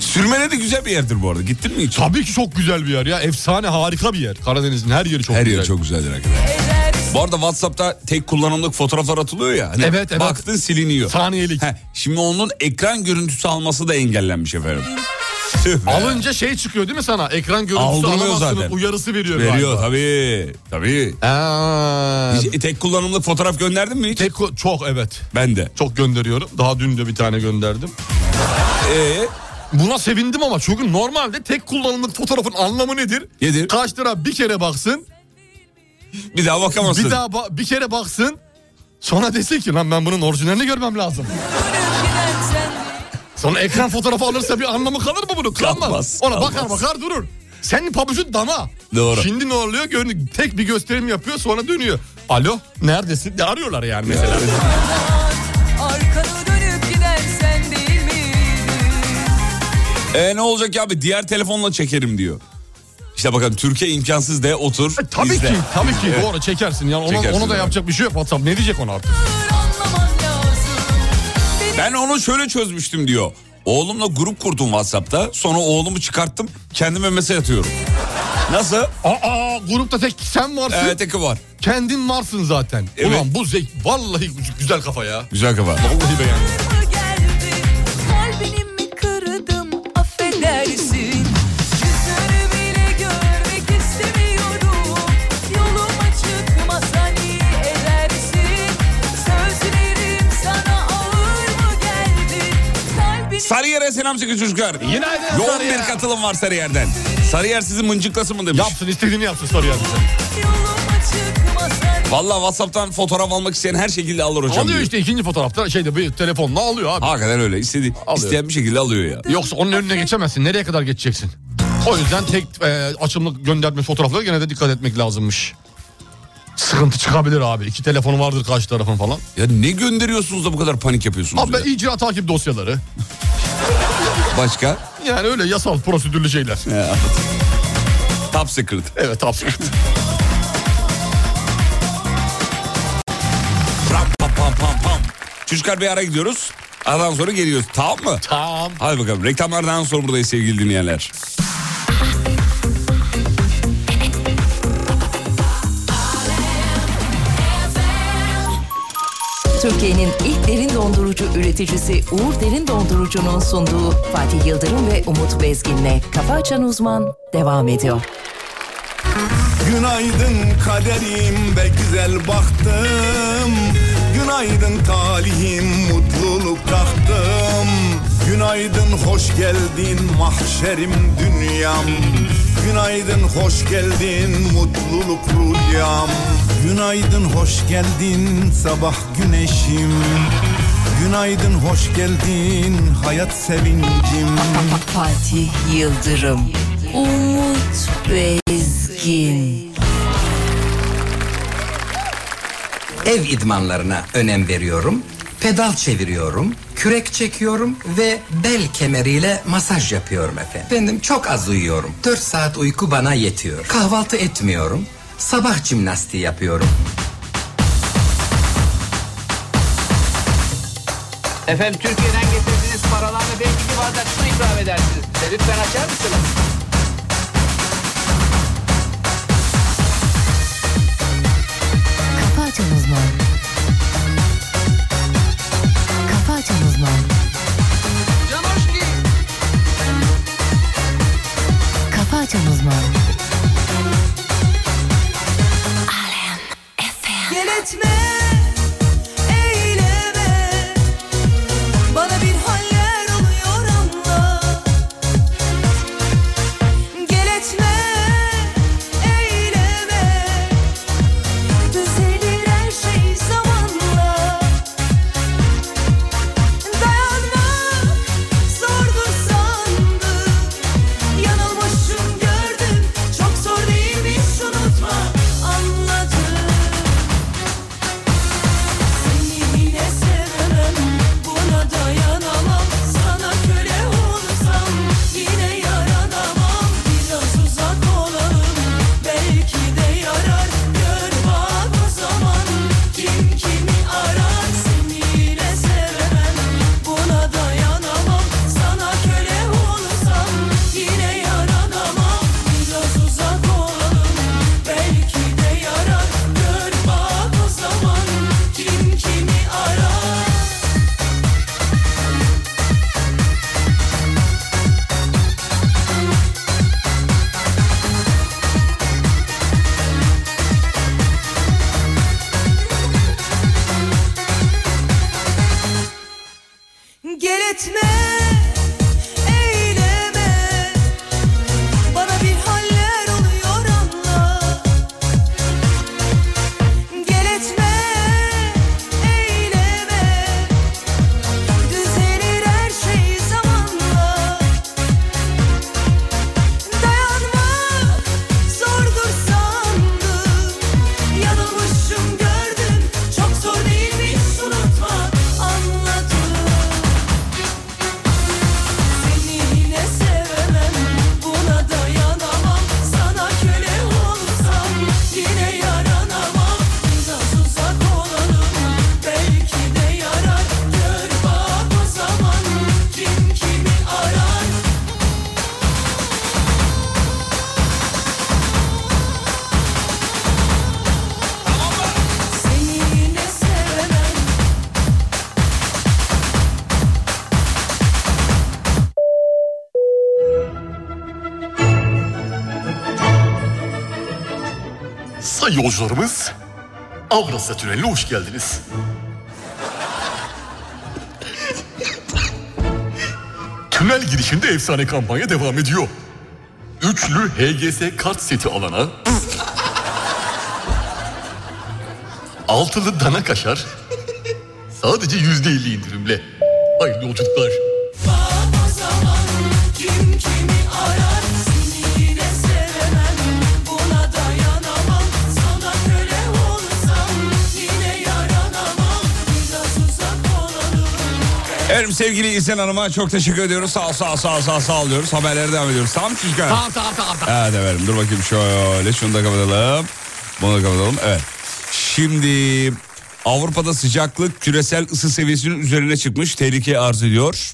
Sürmene de güzel bir yerdir bu arada. Gittin mi hiç?
Tabii ki çok güzel bir yer ya. Efsane harika bir yer. Karadeniz'in her yeri çok
Her
güzel.
yer çok güzeldir hakikaten. Bu arada WhatsApp'ta tek kullanımlık fotoğraflar atılıyor ya. Hani
Evet, evet.
Baktın siliniyor.
Saniyelik.
Heh, şimdi onun ekran görüntüsü alması da engellenmiş efendim. Tüh be.
Alınca şey çıkıyor değil mi sana? Ekran görüntüsü
Aldırmıyor
alamazsınız
zaten.
uyarısı veriyor.
Veriyor
galiba.
tabii. Tabii.
Aa,
Hiç tek kullanımlık fotoğraf gönderdin mi hiç?
tek ko- çok evet.
Ben de.
Çok gönderiyorum. Daha dün de bir tane gönderdim.
Ee,
Buna sevindim ama çünkü normalde tek kullanımlık fotoğrafın anlamı nedir?
Nedir?
Kaç lira bir kere baksın.
bir daha bakamazsın.
Bir daha ba- bir kere baksın. Sonra desin ki lan ben bunun orijinalini görmem lazım. Sonra ekran fotoğrafı alırsa bir anlamı kalır mı bunun? Kalmaz.
Kalmaz,
Ona bakar
kalmaz.
bakar durur. Senin pabucun dama.
Doğru.
Şimdi ne oluyor? Görün- Tek bir gösterim yapıyor sonra dönüyor. Alo neredesin? Ne arıyorlar yani mesela.
Arkanı dönüp gidersen değil miydin?
Ee, ne olacak ya abi diğer telefonla çekerim diyor. İşte bakın Türkiye imkansız de otur.
E, tabii
izle.
ki tabii ki doğru çekersin. Yani ona,
Çekersin
ona da
yani.
yapacak bir şey yok WhatsApp. Ne diyecek ona artık?
Anlaman lazım.
Ben onu şöyle çözmüştüm diyor. Oğlumla grup kurdum WhatsApp'ta. Sonra oğlumu çıkarttım. Kendime mesaj atıyorum. Nasıl?
Aa grupta tek sen varsın.
Evet teki var.
Kendin varsın zaten.
Evet.
Ulan bu zek vallahi güzel kafa ya.
Güzel kafa.
Vallahi beğendim.
Mı geldi? Kalbini mi kırdım? Affedersin. Yüzünü bile görmek istemiyorum. Yoluma çıkmasan iyi edersin. Sözlerim sana ağır mı geldi? Kalbini
Sarıyer'e selam çekin çocuklar.
Günaydın
Yoğun
Sarıyer.
bir katılım var Sarıyer'den. Sarıyer sizin mıncıklası mı demiş.
Yapsın istediğini yapsın soruyor bize.
yoluma çıkmasan
Valla WhatsApp'tan fotoğraf almak isteyen her şekilde alır hocam
Alıyor
diyor.
işte ikinci fotoğrafta şeyde bir telefonla alıyor abi.
Hakikaten öyle. İstedi,
Alıyor.
isteyen bir şekilde alıyor ya.
Yoksa onun önüne geçemezsin. Nereye kadar geçeceksin? O yüzden tek e, açımlık gönderme fotoğraflara gene de dikkat etmek lazımmış. Sıkıntı çıkabilir abi. İki telefonu vardır karşı tarafın falan.
Ya ne gönderiyorsunuz da bu kadar panik yapıyorsunuz?
Abi ben
ya?
icra takip dosyaları.
Başka?
Yani öyle yasal prosedürlü şeyler.
Ya. Top secret.
Evet absürt.
Pam pam pam pam pam. Çocuklar bir ara gidiyoruz. Aradan sonra geliyoruz. Tamam mı?
Tamam.
Hadi bakalım. Reklamlardan sonra buradayız sevgili dinleyenler.
Türkiye'nin ilk derin dondurucu üreticisi Uğur Derin Dondurucu'nun sunduğu Fatih Yıldırım ve Umut Bezgin'le Kafa Açan Uzman devam ediyor.
Günaydın kaderim be güzel baktım Günaydın talihim mutluluk taktım Günaydın hoş geldin mahşerim dünyam Günaydın hoş geldin mutluluk rüyam Günaydın hoş geldin sabah güneşim Günaydın hoş geldin hayat sevincim
Fatih Yıldırım, Umut Bezgin.
Ev idmanlarına önem veriyorum. Pedal çeviriyorum, kürek çekiyorum ve bel kemeriyle masaj yapıyorum efendim. Efendim çok az uyuyorum. 4 saat uyku bana yetiyor. Kahvaltı etmiyorum. Sabah jimnastiği yapıyorum.
Efendim Türkiye'den getirdiğiniz paralarla belki bir bardak su ikram edersiniz bize. Lütfen açar mısınız?
Kafa Açan Uzman. Kafa Açan Uzman.
Can hoş ki.
Kafa Açan Uzman.
Gel etme, eyleme Bana bir haller oluyor anla Gel etme, eyleme Düzelir her şey zamanla Dayanmak zordur sandım Yanılmışım gördüm Çok zor değilmiş unutma Anladım seni yine sevemem, buna dayanamam. Sana köle olsam yine yaranamam. Biraz uzak olalım, belki de yarar. Gör bak o zaman kim kimi arar. Seni yine sevemem, buna dayanamam. Sana köle olsam yine yaranamam. Biraz uzak olalım, belki de yarar. Gör bak o zaman kim kimi arar. Gel etme, eyleme Bana bir haller oluyor anla Gel etme, eyleme Düzelir her şey zamanla Dayanmak zordur sandım Yanılmışım gördüm Çok zor değilmiş unutma anladım seni yine sevemem, buna dayanamam. Sana köle olsam yine yaranamam. Biraz uzak olalım, belki de yarar. Gör bak o zaman kim kimi arar. Seni yine sevemem,
Sayın yolcularımız, Avrasya Tüneli'ne hoş geldiniz. Tünel girişinde efsane kampanya devam ediyor. Üçlü HGS kart seti alana... altılı dana kaşar... Sadece yüzde elli indirimle. Hayırlı yolculuklar.
Bak o zaman kim kimi arar Seni yine sevemem Buna dayanamam Sana köle ol
Efendim sevgili İhsan Hanım'a çok teşekkür ediyoruz. Sağ ol, sağ ol, sağ ol, sağ ol, sağ ol diyoruz. Haberlere devam ediyoruz. Tamam mı çocuklar?
Tamam tamam tamam. tamam.
Evet efendim dur bakayım şöyle şunu da kapatalım. Bunu da kapatalım evet. Şimdi Avrupa'da sıcaklık küresel ısı seviyesinin üzerine çıkmış tehlike arz ediyor.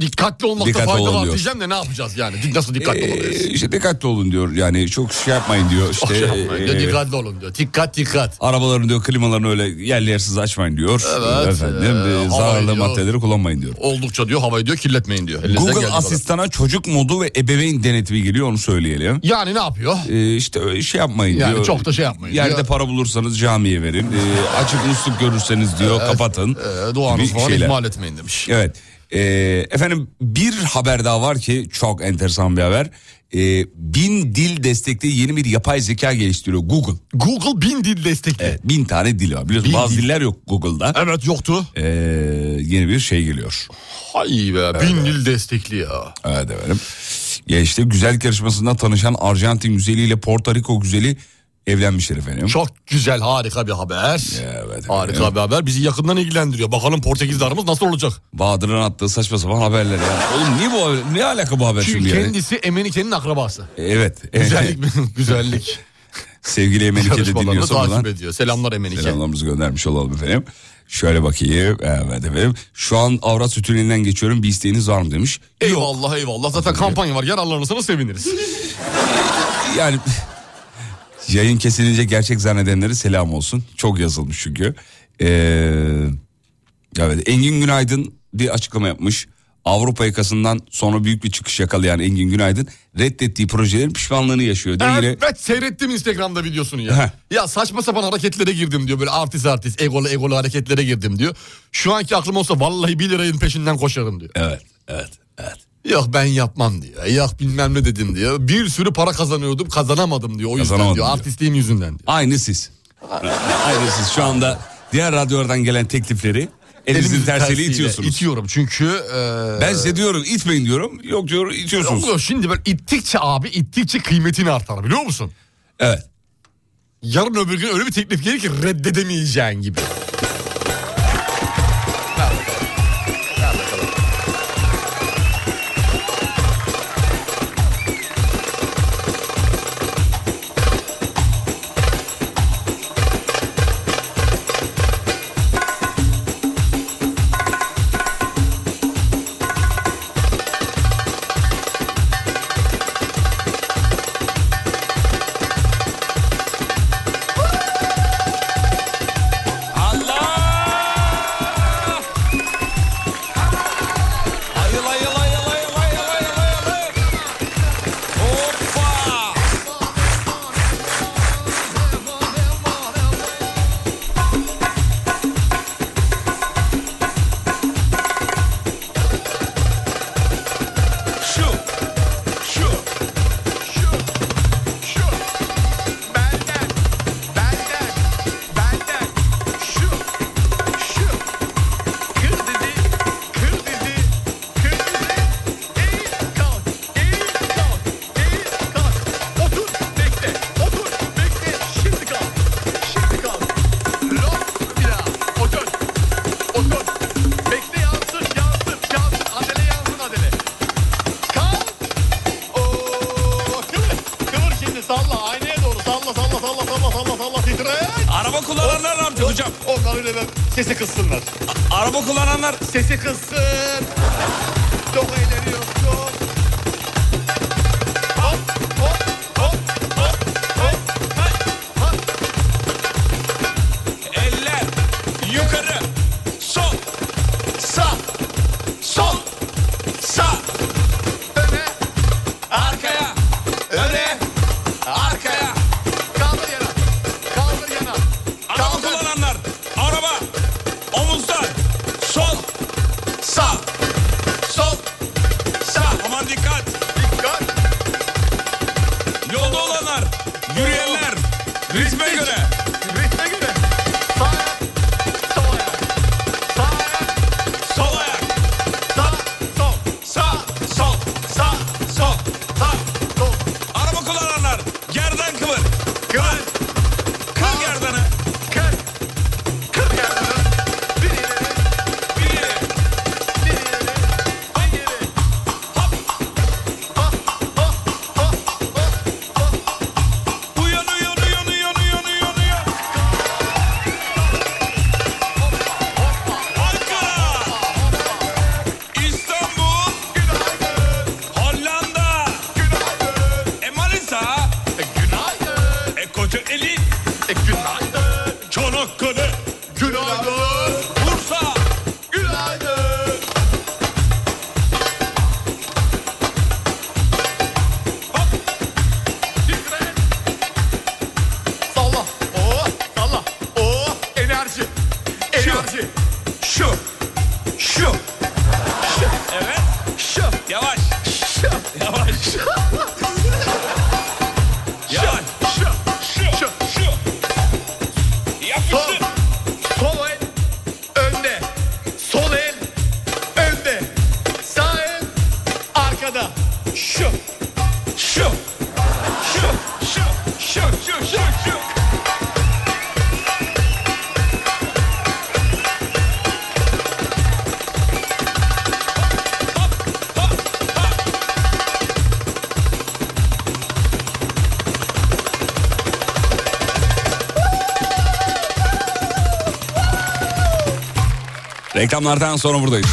Dikkatli olmakta
Dikkatli
fayda
olun
var
diyor.
diyeceğim de ne yapacağız yani? Di- Nasıl dikkatli olabiliriz?
Ee, işte dikkatli olun diyor yani çok şey yapmayın diyor işte.
Şey yapmayın,
e,
dikkatli olun diyor. Dikkat dikkat.
Arabaların diyor klimalarını öyle yerli yersiz açmayın diyor.
Evet,
Efendim
ee,
e,
havayı
zararlı
diyor.
maddeleri kullanmayın diyor.
Oldukça diyor havayı diyor kirletmeyin diyor. Elinizden
Google
geldiği kadar.
asistana çocuk modu ve ebeveyn denetimi geliyor onu söyleyelim.
Yani ne yapıyor?
Ee, işte öyle şey yapmayın
Yani
diyor.
çok da şey yapmayın
Yerde
diyor.
para bulursanız camiye verin. Ee, açık musluk görürseniz diyor kapatın.
Ee, duanız
Gibi
falan
şeyler.
ihmal etmeyin demiş.
Evet. Ee, efendim bir haber daha var ki çok enteresan bir haber. Ee, bin dil destekli yeni bir yapay zeka geliştiriyor Google.
Google bin dil destekli.
Evet, bin tane dil var biliyorsun
Bin
bazı
dil.
diller yok Google'da.
Evet yoktu.
Ee, yeni bir şey geliyor.
Hay be bin dil destekli ya.
Evet efendim. Ya işte güzellik yarışmasında tanışan Arjantin güzeliyle Porto Rico güzeli evlenmişler efendim.
Çok güzel harika bir haber.
Evet,
harika
evet.
bir haber bizi yakından ilgilendiriyor. Bakalım Portekizli aramız nasıl olacak?
Bahadır'ın attığı saçma sapan haberler ya. Oğlum niye bu haber, ne alaka bu haber
Çünkü
şimdi yani?
kendisi
[LAUGHS]
Emenike'nin akrabası.
Evet.
Güzellik [LAUGHS] güzellik.
Sevgili Emelike de
Yarışmalarını
dinliyorsa
takip
buradan
ediyor. Selamlar Emenike.
selamlarımızı göndermiş olalım efendim. Şöyle bakayım. Evet efendim. Şu an avrat sütününden geçiyorum. Bir isteğiniz var mı demiş.
Eyvallah eyvallah. Zaten kampanya var. Yararlanırsanız seviniriz.
Yani [LAUGHS] yayın kesilince gerçek zannedenlere selam olsun. Çok yazılmış çünkü. Ee, evet Engin Günaydın bir açıklama yapmış. Avrupa yakasından sonra büyük bir çıkış yakalayan Engin Günaydın reddettiği projelerin pişmanlığını yaşıyor. diye yine-
Evet seyrettim Instagram'da videosunu ya.
Heh.
ya saçma sapan hareketlere girdim diyor. Böyle artist artist egolu egolu hareketlere girdim diyor. Şu anki aklım olsa vallahi 1 liranın peşinden koşarım diyor.
Evet, evet, evet.
Yok ben yapmam diyor. Yok bilmem ne dedim diyor. Bir sürü para kazanıyordum kazanamadım diyor. O yüzden
Kazanamadım
diyor.
diyor.
Artistliğim yüzünden diyor.
Aynı siz. Aynı siz. Şu anda diğer radyolardan gelen teklifleri elinizin
Elimizin
tersiyle
tersiyle
itiyorsunuz.
İtiyorum çünkü... e,
ben size diyorum itmeyin diyorum. Yok diyor itiyorsunuz.
Oluyor şimdi ben ittikçe abi ittikçe kıymetini artar biliyor musun?
Evet.
Yarın öbür gün öyle bir teklif gelir ki reddedemeyeceğin gibi.
Ayıl ayıl ayıl ayıl ayıl ayıl ayıl. Hoppa. Şu. Şu. Şu. Şu. Benden. Benden. Benden. Şu. Şu. Kır dedi. Kır dedi. Kır dedi. Eğil kalk. Eğil kalk. Eğil kalk. Otur bekle. Otur bekle. Şimdi kalk. Şimdi kalk. Lop bir daha. Otur. Otur. Bekle yansın yansın yansın. Adele yansın adele. Kalk. Oo, kıvır. Kıvır şimdi salla. Aynaya doğru salla salla salla salla salla salla. Titreş.
Araba kullananlar ne yapacak hocam?
Onlar öyle ben sesi kıssınlar.
Araba kullananlar
Sesi kızsın. Çok eğleniyorsun. Hop, hop, hop, hop, hop, hop, hop.
eller yukarı sol sağ sol sağ öne arkaya öne arkaya
Kaldır yana. Kaldır yana.
araba kullananlar araba omuzdan sol sağ sol sağ aman dikkat
Dikkat.
yolda olanlar yürüyenler ritme göre
Ritme göre. Sağ ayak. Sol ayak. Sağ ayak.
sol ayak
Sağ. Sol.
sağ sol sağ sol
Sağ. Sol.
Araba kullananlar yerden kıvır.
Kıvır.
Kır gerdanı.
Kır. Kır yerden. Bir ileri.
Bir yere.
Bir ileri.
E, Çanakkale,
Günaydın.
Bursa.
Günaydın. Hop. Titret. Salla. Oo, salla. Oo, enerji. Enerji.
oh, Şu. Şu. Şu. Evet. Şu. Yavaş. Şu. Yavaş. Şu. Yavaş. Şu. Şu. Şu. Şu.
Sol.
Yapıştır.
Sol el önde. Sol el önde. Sağ el arkada.
Şu. Şu. Şu. Şu. Şu. Şu. Şu. Şu. Reklamlardan sonra buradayız.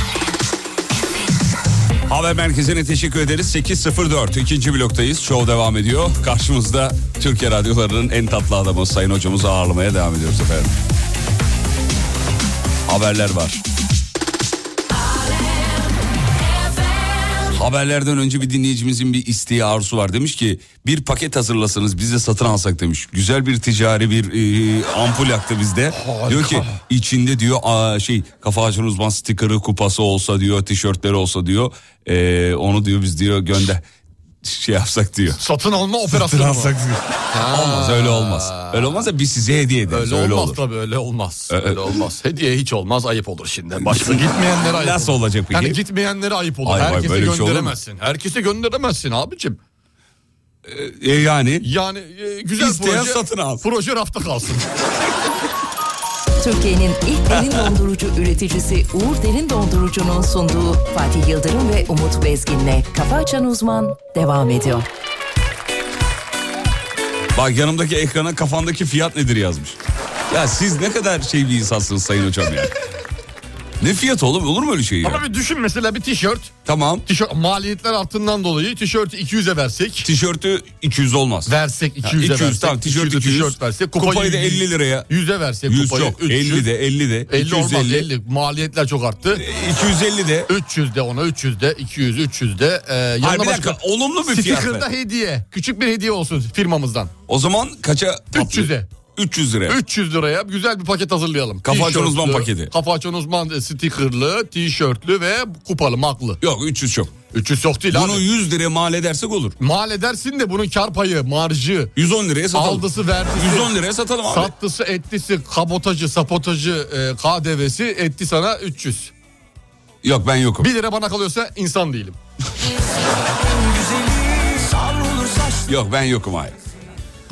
Haber merkezine teşekkür ederiz. 8.04 ikinci bloktayız. Show devam ediyor. Karşımızda Türkiye radyolarının en tatlı adamı Sayın Hocamızı ağırlamaya devam ediyoruz efendim. Haberler var. Haberlerden önce bir dinleyicimizin bir isteği arzusu var. Demiş ki bir paket hazırlasanız biz de satın alsak demiş. Güzel bir ticari bir e, ampul yaktı bizde. Diyor ki içinde diyor aa, şey kafa açan uzman stikeri kupası olsa diyor tişörtleri olsa diyor. E, onu diyor biz diyor gönder şey yapsak diyor.
Satın alma operasyonu.
alsak diyor. Olmaz öyle olmaz. Öyle olmaz da biz size hediye ederiz.
Öyle,
Öyle,
olmaz
olur.
tabii öyle olmaz.
Ee,
öyle
e-
olmaz. Hediye hiç olmaz ayıp olur şimdi. Başta gitmeyenlere ayıp
Nasıl
olur.
olacak peki?
Yani gitmeyenlere ayıp olur.
Ay vay,
Herkese
böyle bir şey olur mu?
gönderemezsin. Herkese gönderemezsin abicim.
E, yani
Yani e, güzel
İsteyen
proje.
satın al.
Proje rafta
[LAUGHS]
kalsın.
Türkiye'nin ilk derin dondurucu üreticisi Uğur Derin Dondurucu'nun sunduğu Fatih Yıldırım ve Umut Bezgin'le Kafa Açan Uzman devam ediyor.
Bak yanımdaki ekrana kafandaki fiyat nedir yazmış. Ya siz ne kadar şey bir insansınız sayın hocam ya. Ne fiyat oğlum olur mu öyle şey ya?
Ama bir düşün mesela bir tişört.
Tamam
Tişört maliyetler arttığından dolayı tişörtü 200'e versek.
tişörtü 200 olmaz.
Versek 200'e
200,
versek.
tamam, tişört
200'e
200.
tişört versek.
Kupayı da 50 liraya.
100'e versek
100
kupayı.
çok
300.
50 de 50 de
50 olmaz
250
50. Maliyetler çok arttı.
250 de
300 de ona 300 de 200 300 de e, yanına
Hayır bir dakika
başka
olumlu bir fiyat
Sticker'da
ver.
hediye. Küçük bir hediye olsun firmamızdan.
O zaman kaça?
300'e.
300 liraya.
300 liraya güzel bir paket hazırlayalım.
Kafa açan
T-shirtlü,
uzman paketi.
Kafa açan uzman stickerlı, tişörtlü ve kupalı maklı.
Yok 300 çok.
300 yok değil
Bunu
abi.
100 liraya mal edersek olur.
Mal edersin de bunun kar payı, marjı,
110 liraya satalım.
aldısı verdisi.
110 liraya satalım abi.
Sattısı, ettisi, kabotajı, sapotajı, e, KDV'si etti sana 300.
Yok ben yokum.
1 lira bana kalıyorsa insan değilim.
Yok ben yokum hayır.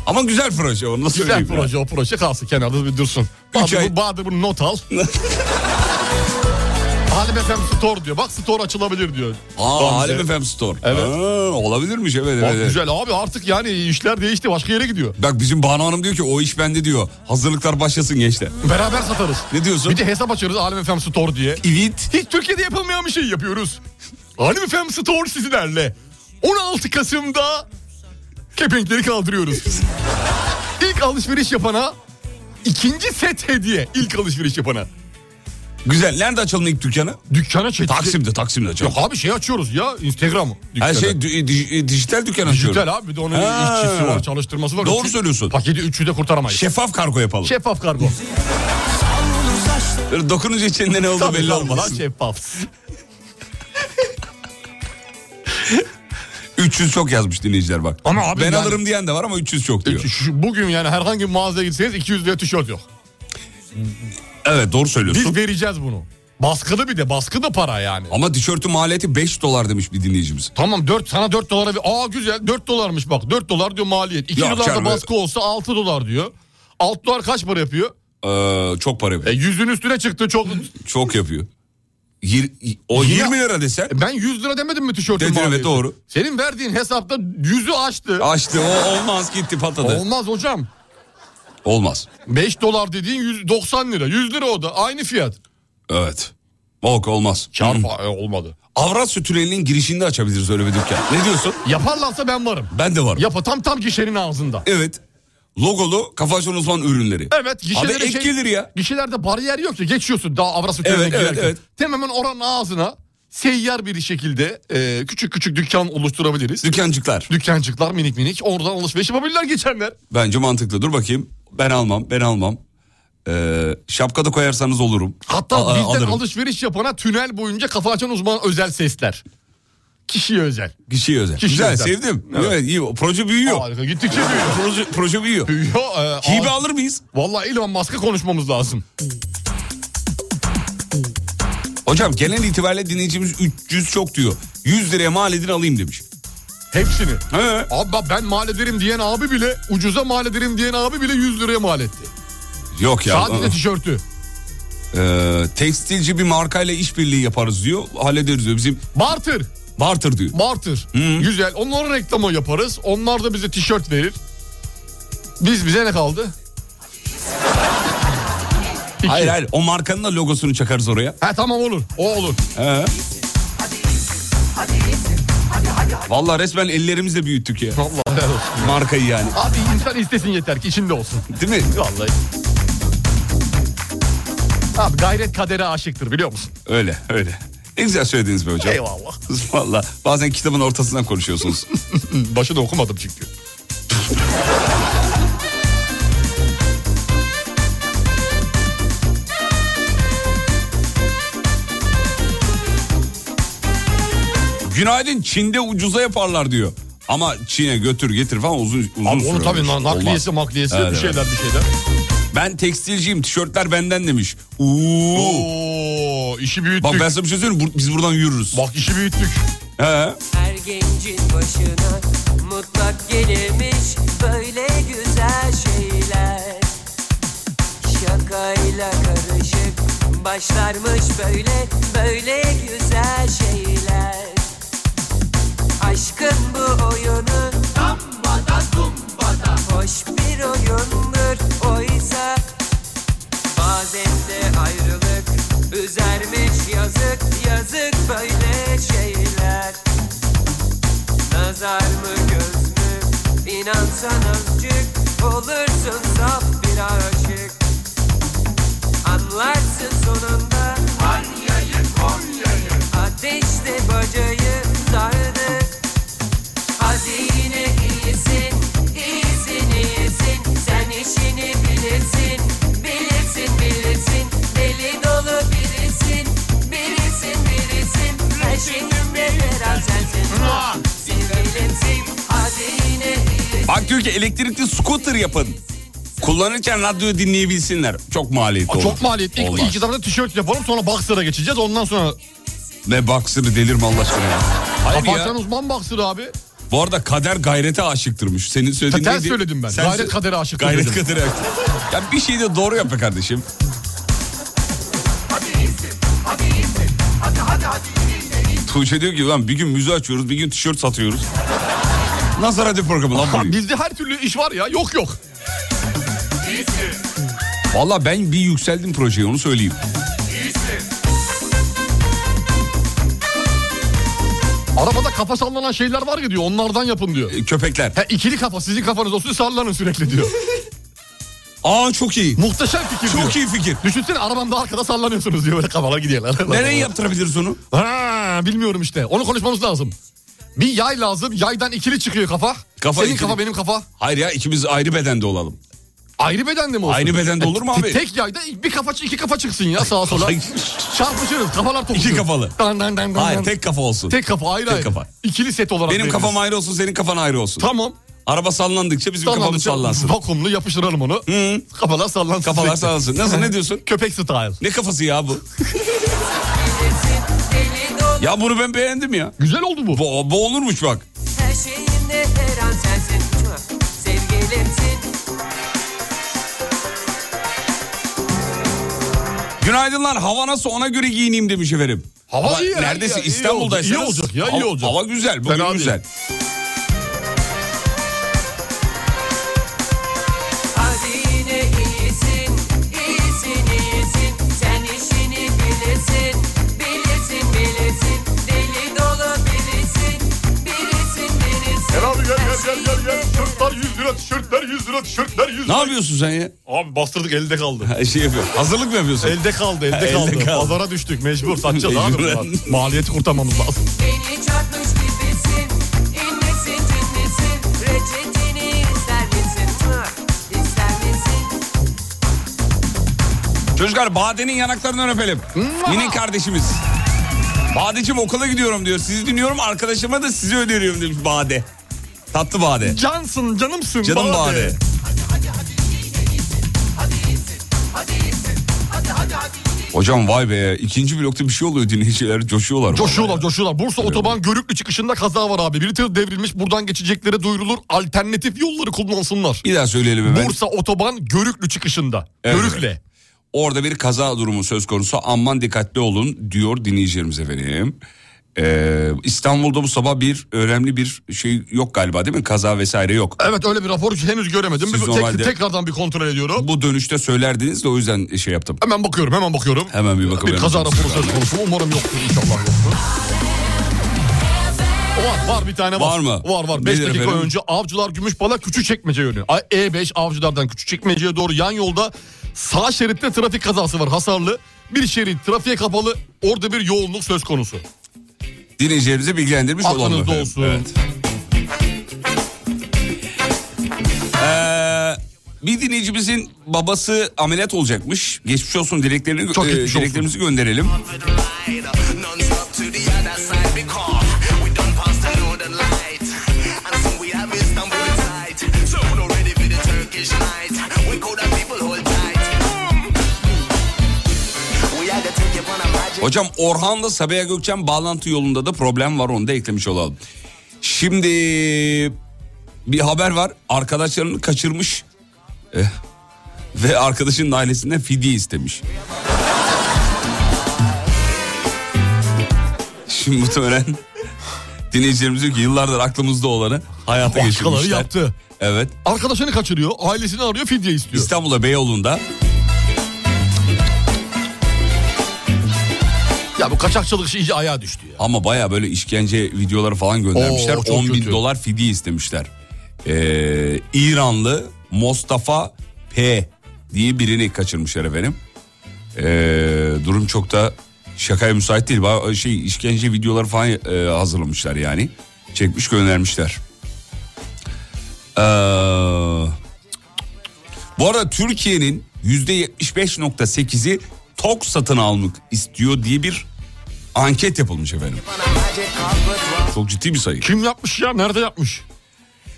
Ama güzel proje onu nasıl
Güzel
söyleyeyim ya?
proje o proje kalsın kenarda bir dursun. Bahadır,
ay-
bu, Bahadır bunu
[LAUGHS]
not al. Halim FM Store diyor. Bak store açılabilir diyor.
Aa,
Gamze.
Halim FM Store.
Evet.
Aa, olabilirmiş evet evet.
Bak
evet.
güzel abi artık yani işler değişti başka yere gidiyor.
Bak bizim Banu Hanım diyor ki o iş bende diyor. Hazırlıklar başlasın gençler.
Beraber satarız.
Ne diyorsun?
Bir de hesap açarız Halim FM Store diye.
Evet.
Hiç Türkiye'de yapılmayan bir şey yapıyoruz. Halim FM Store sizlerle. 16 Kasım'da kepenkleri kaldırıyoruz. İlk alışveriş yapana ikinci set hediye. İlk alışveriş yapana.
Güzel. Nerede açalım ilk dükkanı?
Dükkana çetin.
Taksim'de, Taksim'de açalım.
Yok abi şey açıyoruz ya Instagram.
Her
dükkanı.
şey dü- di- dijital dükkan açıyorum.
Dijital abi bir de onun
Ha.
işçisi var, çalıştırması var.
Doğru
Üçü-
söylüyorsun.
Paketi üçü de kurtaramayız.
Şeffaf kargo yapalım.
Şeffaf kargo.
Böyle Dokununca içinde ne olduğu
Tabii
belli
kargo lan, şey-
olmaz.
Şeffaf.
300 çok yazmış dinleyiciler bak.
Ama abi
ben
yani-
alırım diyen de var ama 300 çok diyor.
Şu- şu- Bugün yani herhangi bir mağazaya gitseniz 200 lira tişört yok.
Evet doğru söylüyorsun.
Biz vereceğiz bunu. Baskılı bir de baskı da para yani.
Ama tişörtün maliyeti 5 dolar demiş bir dinleyicimiz.
Tamam 4 sana 4 dolara bir aa güzel 4 dolarmış bak 4 dolar diyor maliyet. 2
Ya
dolar da
canım,
baskı olsa 6 dolar diyor. 6 dolar kaç para yapıyor?
Ee, çok para
E
yapıyor.
yüzün üstüne çıktı
[LAUGHS]
çok.
Çok yapıyor. Yir- y- o
Yine-
20 lira desen
Ben 100 lira demedim mi tişörtün
Dedin, evet,
maliyeti?
doğru.
Senin verdiğin hesapta yüzü aştı.
açtı o olmaz gitti patladı.
Olmaz hocam.
Olmaz.
5 dolar dediğin 190 lira. 100 lira o da aynı fiyat.
Evet. Yok olmaz.
Kar
Hı.
fa- e, olmadı.
Avrat süt tünelinin girişinde açabiliriz öyle bir dükkan. Ne diyorsun?
Yaparlarsa ben varım.
Ben de varım.
Yapa tam tam gişenin ağzında.
Evet. Logolu Kafa Açan Uzman ürünleri.
Evet
Abi
gişelere
ek gelir ya.
Gişelerde bariyer yok ya geçiyorsun daha Avrasya
Evet,
Tüneli'ne
evet,
girerken.
evet.
Tamamen oranın ağzına seyyar bir şekilde e, küçük küçük dükkan oluşturabiliriz.
Dükkancıklar.
Dükkancıklar minik minik oradan alışveriş yapabilirler geçenler.
Bence mantıklı. Dur bakayım. Ben almam, ben almam. Ee, şapka da koyarsanız olurum.
Hatta
Al-
bizden
alırım.
alışveriş yapana tünel boyunca kafa açan uzman özel sesler. Kişiye özel.
Kişiye özel.
Kişiye
Güzel,
özel.
sevdim. Evet, iyi. Proje büyüyor.
Harika gittikçe büyüyor.
Proje, proje büyüyor.
büyüyor e, ağ-
Hibe alır mıyız?
Vallahi Elon Musk'a konuşmamız lazım.
Hocam genel itibariyle dinleyicimiz 300 çok diyor. 100 liraya mal edin alayım demiş.
Hepsini.
He.
Abi bak ben mal ederim diyen abi bile ucuza mal ederim diyen abi bile 100 liraya mal etti.
Yok ya.
Sadece tişörtü.
Ee, tekstilci bir markayla işbirliği yaparız diyor. Hallederiz diyor. Bizim
Bartır.
barter diyor.
Bartır.
Hmm.
Güzel. Onların reklamı yaparız. Onlar da bize tişört verir. Biz bize ne kaldı? İki.
Hayır hayır o markanın da logosunu çakarız oraya. Ee?
Ha tamam olur. O
[LAUGHS]
olur.
He. Vallahi resmen ellerimizle büyüttük ya.
Allah helal olsun.
Markayı yani.
Abi insan istesin yeter ki içinde olsun.
Değil mi?
Vallahi. Abi gayret kadere aşıktır biliyor musun?
Öyle öyle. Ne güzel söylediniz be hocam. [LAUGHS]
Eyvallah.
Valla bazen kitabın ortasından
[LAUGHS]
konuşuyorsunuz.
Hmm, Başını okumadım çünkü.
Günaydın Çin'de ucuza yaparlar diyor. Ama Çin'e götür getir falan uzun uzun
Abi onu
sürüyormuş.
tabii na-
Olmaz.
nakliyesi makliyesi
Evet,
bir
evet.
şeyler bir şeyler.
Ben tekstilciyim tişörtler benden demiş. Uuu.
Oo işi büyüttük.
Bak ben sana bir şey söyleyeyim bu- biz buradan yürürüz.
Bak işi büyüttük.
He.
Her gencin başına mutlak gelirmiş böyle güzel şeyler Şakayla karışık başlarmış böyle böyle güzel şeyler Aşkın bu oyunu Dambada dumbada Hoş bir oyundur oysa Bazen de ayrılık üzermiş yazık yazık böyle şeyler Nazar mı göz mü inansan azıcık olursun saf bir aşık Anlarsın sonunda Anya'yı Konya'yı Ateşte bacayı sardı Hadi yine iyisin, iyisin, iyisin Sen işini bilirsin, bilirsin, bilirsin Deli dolu birisin, birisin, birisin Her şeyin de biraz sensin Sevgilimsin, hadi yine iyisin
Bak diyor ki elektrikli scooter yapın. Kullanırken radyoyu dinleyebilsinler. Çok maliyetli olur.
Çok maliyetli. İlk,
Olmaz.
ilk etapta tişört yapalım sonra boxer'a geçeceğiz. Ondan sonra
Ne baksırı delirme Allah aşkına ya. Hayır ya.
Kafaçan uzman boxer abi.
Bu arada kader gayrete aşıktırmış. Senin söylediğin
Ters
neydi?
söyledim ben.
Sen
Gayret
sö-
kadere aşıktır
Gayret
dedim.
kadere aşıktır. ya bir şey de doğru yap be kardeşim. Tuğçe diyor ki lan bir gün müze açıyoruz bir gün tişört satıyoruz. Nasıl radyo programı lan [LAUGHS]
Ha,
bu?
bizde her türlü iş var ya yok yok.
Valla ben bir yükseldim projeye onu söyleyeyim.
Arabada kafa sallanan şeyler var ya diyor onlardan yapın diyor.
E, Köpekler.
Ha, ikili kafa sizin kafanız olsun sallanın
[LAUGHS]
sürekli diyor.
Aa çok iyi.
Muhteşem fikir diyor.
Çok iyi fikir.
Düşünsene arabamda arkada sallanıyorsunuz diyor böyle kafalar gidiyorlar.
Nereye yaptırabiliriz onu?
Ha, bilmiyorum işte onu konuşmamız lazım. Bir yay lazım yaydan ikili çıkıyor kafa.
Kafa
Senin
ikili.
kafa benim kafa.
Hayır ya ikimiz ayrı bedende olalım.
Ayrı bedende mi olsun?
Aynı bedende olur mu
Te-
abi?
Tek yayda bir kafa iki kafa çıksın ya sağa sola.
Hayır.
Çarpışırız kafalar tokuşur.
İki kafalı.
Dan, dan, dan, dan,
Hayır
dan.
tek kafa olsun.
Tek kafa ayrı
Tek
ayrı.
kafa.
İkili set olarak.
Benim
veririz.
kafam ayrı olsun senin kafan ayrı olsun.
Tamam.
Araba sallandıkça bizim kafamız
Sallandıkça
sallansın.
Vakumlu yapıştıralım onu. Kafalar sallansın.
Kafalar
sürekli.
sallansın. Nasıl ne diyorsun?
Köpek style.
Ne kafası ya bu? ya bunu ben beğendim ya.
Güzel oldu bu.
Bu, bu olurmuş bak.
Her şeyinde her an sensin Sevgilimsin,
Günaydınlar hava nasıl ona göre giyineyim demiş efendim.
Hava
Ama
iyi ya, iyi
Neredeyse
ya, iyi
İstanbul'daysanız.
olacak, iyi olacak ya, iyi
hava-
olacak.
Hava güzel bugün
Fena değil.
güzel.
hadi yine iyisin İyisin, iyisin Sen işini bilirsin, bilirsin, bilirsin Deli dolu birisin, birisin, birisin
Gel abi gel
Her
gel gel gel.
şeyinde
gel.
her an
Tişörtler 100 lira, tişörtler 100 lira, tişörtler 100
Ne yapıyorsun sen ya?
Abi bastırdık elde [LAUGHS] kaldı.
şey yapıyor. Hazırlık mı yapıyorsun?
Elde kaldı
Ha,
elde
elde
kaldı.
kaldı.
Pazara düştük [LAUGHS] mecbur satacağız abi.
Mecburen.
bunlar. Maliyeti kurtarmamız lazım.
Beni çarpmış gibisin İnmesin cinnesin Reçetini ister misin? Ha, İster misin?
Çocuklar Bade'nin yanaklarından öpelim. Minik kardeşimiz. Badeciğim okula gidiyorum diyor. Sizi dinliyorum arkadaşıma da sizi öneriyorum demiş Bade. Tatlı Bade.
Cansın canımsın.
Canım
bana de.
Bade. Hocam vay be ikinci blokta bir şey oluyor dinleyiciler coşuyorlar.
Coşuyorlar coşuyorlar. Bursa otoban görüklü çıkışında kaza var abi. Bir tır devrilmiş buradan geçeceklere duyurulur. Alternatif yolları kullansınlar.
Bir daha söyleyelim hemen.
Bursa otoban görüklü çıkışında.
Evet,
Görükle.
evet. Orada bir kaza durumu söz konusu aman dikkatli olun diyor dinleyicilerimiz efendim. Ee, İstanbul'da bu sabah bir önemli bir şey yok galiba değil mi? Kaza vesaire yok.
Evet öyle bir rapor henüz göremedim.
Siz
Bir- tek-
normalde-
tekrardan bir kontrol ediyorum.
Bu dönüşte söylerdiniz de o yüzden şey yaptım.
Hemen bakıyorum hemen bakıyorum.
Hemen bir bakalım.
Bir kaza raporu söz konusu. Umarım yoktur inşallah yoktur. Var var bir tane var.
Var mı?
Var var. 5
Nedir
dakika
efendim?
önce Avcılar Gümüşbala Küçükçekmece yönü. Ay, E5 Avcılar'dan Küçükçekmece'ye doğru yan yolda sağ şeritte trafik kazası var hasarlı. Bir şerit trafiğe kapalı orada bir yoğunluk söz konusu.
Dinleyicilerimizi bilgilendirmiş olalım.
Aklınızda
efendim.
olsun.
Evet. Ee, bir dinleyicimizin babası ameliyat olacakmış. Geçmiş olsun dileklerini
Çok
e,
geçmiş olsun.
dileklerimizi gönderelim.
Mm.
Hocam Orhan'la Sabiha Gökçen bağlantı yolunda da problem var onu da eklemiş olalım. Şimdi bir haber var. Arkadaşlarını kaçırmış. Eh, ve arkadaşının ailesinden fidye istemiş. Şimdi muhtemelen dinleyicilerimiz diyor ki yıllardır aklımızda olanı hayata
Başkaları
geçirmişler.
yaptı.
Evet.
Arkadaşını kaçırıyor ailesini arıyor fidye istiyor.
İstanbul'a Beyoğlu'nda
Ya bu kaçakçılık işi iyice ayağa düştü ya.
Ama baya böyle işkence videoları falan göndermişler.
Oo, çok
10 bin
kötü.
dolar fidye istemişler. Ee, İranlı Mustafa P diye birini kaçırmışlar efendim. Ee, durum çok da şakaya müsait değil. Ba- Şey işkence videoları falan e, hazırlamışlar yani. Çekmiş göndermişler. Ee, bu arada Türkiye'nin %75.8'i tok satın almak istiyor diye bir anket yapılmış efendim. Çok ciddi bir sayı.
Kim yapmış ya nerede yapmış?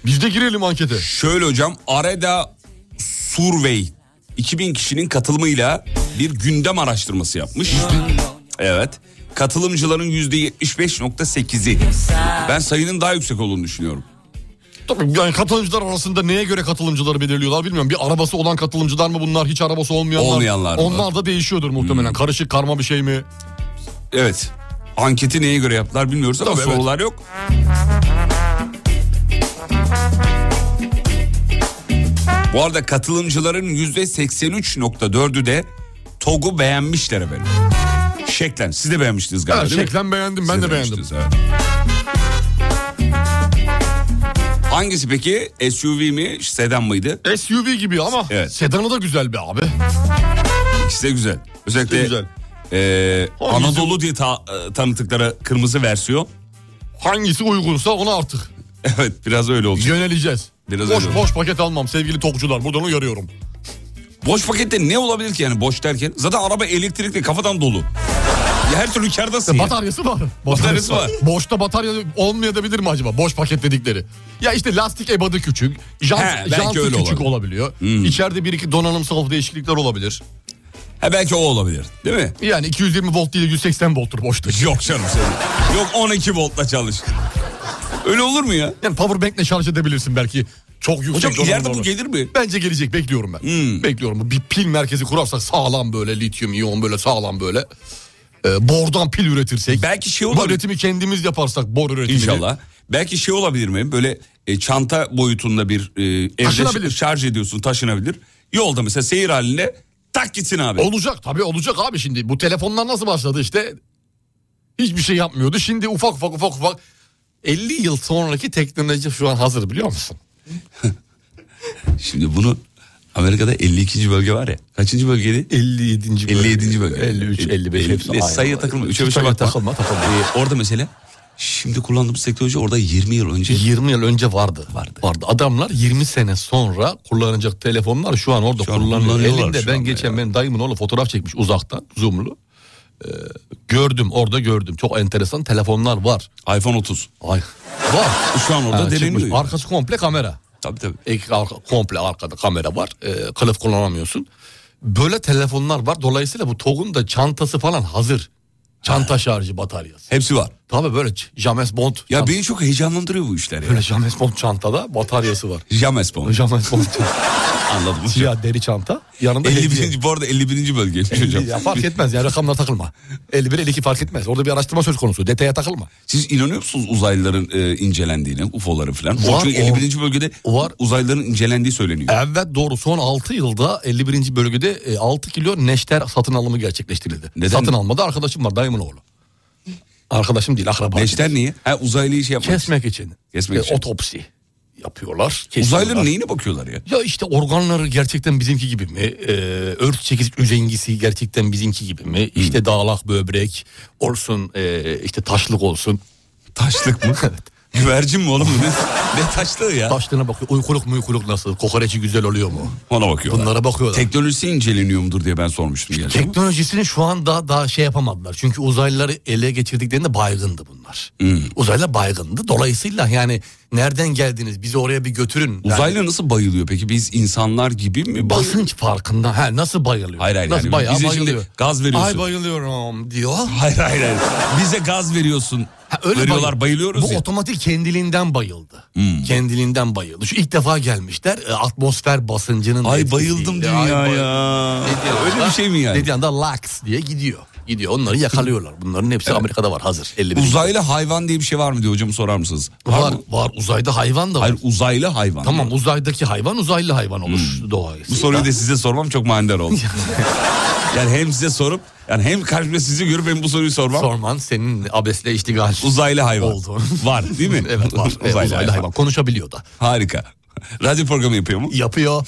Biz de girelim ankete.
Şöyle hocam Areda Survey 2000 kişinin katılımıyla bir gündem araştırması yapmış. Evet. Katılımcıların %75.8'i. Ben sayının daha yüksek olduğunu düşünüyorum.
Tabii yani katılımcılar arasında neye göre katılımcıları belirliyorlar bilmiyorum. Bir arabası olan katılımcılar mı bunlar hiç arabası olmayanlar?
Olmayanlar mı? Hmm.
Onlar da değişiyordur muhtemelen. Karışık karma bir şey mi?
Evet. Anketi neye göre yaptılar bilmiyoruz ama
Tabii, evet.
sorular yok. Bu arada katılımcıların %83.4'ü de TOG'u beğenmişler efendim. Şeklen. Siz de beğenmiştiniz galiba
Evet,
değil mi?
şeklen beğendim ben
Siz
de beğendim.
beğenmiştiniz, evet. Hangisi peki? SUV mi? Sedan mıydı?
SUV gibi ama
Evet.
sedanı da güzel be abi.
İkisi de güzel. Özellikle
De güzel.
eee,
Hangisi-
Anadolu diye ta- e, tanıttıkları kırmızı versiyon.
Hangisi uygunsa ona artık
[LAUGHS] Evet biraz öyle olacak.
yöneleceğiz.
Biraz
boş
öyle
boş paket almam sevgili tokçular. Buradan uyarıyorum.
Boş pakette ne olabilir ki yani boş derken? Zaten araba elektrikli kafadan dolu. Ya her türlü kardasın ya.
Bataryası var.
Bataryası var.
[LAUGHS] Boşta batarya olmayabilir mi acaba? Boş paket dedikleri. Ya işte lastik ebadı küçük. Jant,
He, belki
jantı
öyle
küçük
olabilir. Hmm.
olabiliyor. İçeride bir iki donanımsal değişiklikler olabilir.
Ha belki o olabilir değil mi?
Yani 220 volt değil 180 volttur boşta.
Yok canım senin. Yok 12 voltla çalış. Öyle olur mu ya?
Yani powerbank'le şarj edebilirsin belki. Çok yüksek
Hocam
donanımlı
ileride bu Hmm.
olur.
gelir mi?
Bence gelecek bekliyorum ben. Bekliyorum. Bir pil merkezi kurarsak sağlam böyle lityum iyon böyle sağlam böyle. Ee, bordan pil üretirsek.
Belki şey olur.
Üretimi kendimiz yaparsak bor üretimini.
İnşallah. Belki şey olabilir mi? Böyle e, çanta boyutunda bir e, evde
Taşınabilir.
ş- şarj ediyorsun taşınabilir. Yolda mesela seyir halinde tak gitsin abi.
Olacak tabii olacak abi şimdi. Bu telefonlar nasıl başladı işte? Hiçbir şey yapmıyordu. Şimdi ufak ufak ufak ufak. 50 yıl sonraki teknoloji şu an hazır biliyor musun?
Şimdi bunu Amerika'da 52. bölge var ya. Kaçıncı bölgeydi?
57. bölge.
57. bölge.
53, 55 hepsi aynı.
Sayıya takılma. Üçe beşe
Sayıya
bakma.
takılma, takılma.
Ee, orada mesela şimdi kullandığımız teknoloji orada 20 yıl önce.
20 yıl önce vardı. Vardı. Adamlar 20 sene sonra kullanacak telefonlar şu an orada
Şu an
kullanılıyor.
kullanıyorlar şu
Elinde ben
anda
geçen benim dayımın oğlu fotoğraf çekmiş uzaktan zoomlu. Ee, gördüm orada gördüm. Çok enteresan telefonlar var.
iPhone 30.
Ay, var.
Şu an orada
Ha, çıkmış.
deneniyor.
Arkası komple kamera.
Tabii tabii.
Ek, arka, komple arkada kamera var. Ee, kılıf kullanamıyorsun. Böyle telefonlar var. Dolayısıyla bu TOG'un da çantası falan hazır. Çanta şarjı bataryası.
Hepsi var.
Tabii böyle ç- James Bond.
Ya
çant-
beni çok heyecanlandırıyor bu işler ya.
Böyle James Bond çantada bataryası var.
[LAUGHS] James Bond.
James Bond çanta. şey-
Anladım.
Siyah deri çanta. Yanında 51.
51. Bu arada 51. bölgeymiş hocam.
Ya fark etmez ya rakamlara takılma. 51 52 fark etmez. Orada bir araştırma söz konusu. Detaya takılma.
Siz inanıyor musunuz uzaylıların e, incelendiğine, UFO'ları falan? O
Var,
Çünkü
o-
51. bölgede
var.
uzaylıların incelendiği söyleniyor.
Evet doğru. Son 6 yılda 51. bölgede e, 6 kilo neşter satın alımı gerçekleştirildi.
Neden?
Satın almada arkadaşım var dayımın oğlu. Arkadaşım değil akraba.
Neşter niye? Ha uzaylıyı şey yapmak.
Kesmek için. E,
Kesmek için.
Otopsi yapıyorlar. kesiyorlar.
Uzaylıların neyine bakıyorlar ya?
Ya işte organları gerçekten bizimki gibi mi? Ee, ört çekiz üzengisi gerçekten bizimki gibi mi?
Hmm.
İşte dağlak böbrek olsun ee, işte taşlık olsun.
Taşlık mı? Güvercin mi oğlum? bu? Ne, ne taşlığı ya?
Taşlığına bakıyor. Uykuluk mu uykuluk nasıl? Kokoreçi güzel oluyor mu?
Ona bakıyorlar.
Bunlara bakıyorlar.
Teknolojisi inceleniyor mudur diye ben sormuştum. gerçi.
Teknolojisini şu an daha, daha şey yapamadılar. Çünkü uzaylıları ele geçirdiklerinde baygındı bunlar.
Hmm.
Uzaylılar baygındı. Dolayısıyla yani nereden geldiniz? Bizi oraya bir götürün. Yani
Uzaylı nasıl bayılıyor peki? Biz insanlar gibi mi? bayılıyor?
basınç farkında. Ha, nasıl bayılıyor?
Hayır, hayır,
Nasıl
yani
bayağı
bize şimdi
bayılıyor.
gaz veriyorsun.
Ay bayılıyorum diyor.
[LAUGHS] Hayır hayır hayır. Bize gaz veriyorsun.
Ha, öyle
Veriyorlar
bayıl-
bayılıyoruz
Bu
ya. Hmm.
otomatik kendiliğinden bayıldı. Kendiliğinden bayıldı. Şu ilk defa gelmişler. e, Atmosfer basıncının
Ay
etkisiyle.
bayıldım
Ay
dünya
bayıldım.
ya.
Dediği
Öyle
anda-
bir şey mi yani?
Dediği anda lax diye gidiyor. Gidiyor onları yakalıyorlar. Bunların hepsi Amerika'da var hazır. 51.
Uzaylı hayvan diye bir şey var mı diye hocam sorar mısınız?
var,
mı?
var uzayda hayvan da var.
Hayır uzaylı hayvan.
Tamam uzaydaki hayvan uzaylı hayvan olur dolayısıyla.
Hmm. Bu soruyu da size sormam çok manidar
[LAUGHS]
oldu. yani hem size sorup yani hem kalbimde sizi görüp hem bu soruyu sormam.
sorman senin abesle iştigal.
Uzaylı hayvan.
Oldu.
Var değil mi?
[LAUGHS]
[LAUGHS]
evet var. Evet, uzaylı, hayvan. konuşabiliyor da.
Harika. Radyo programı yapıyor mu?
Yapıyor.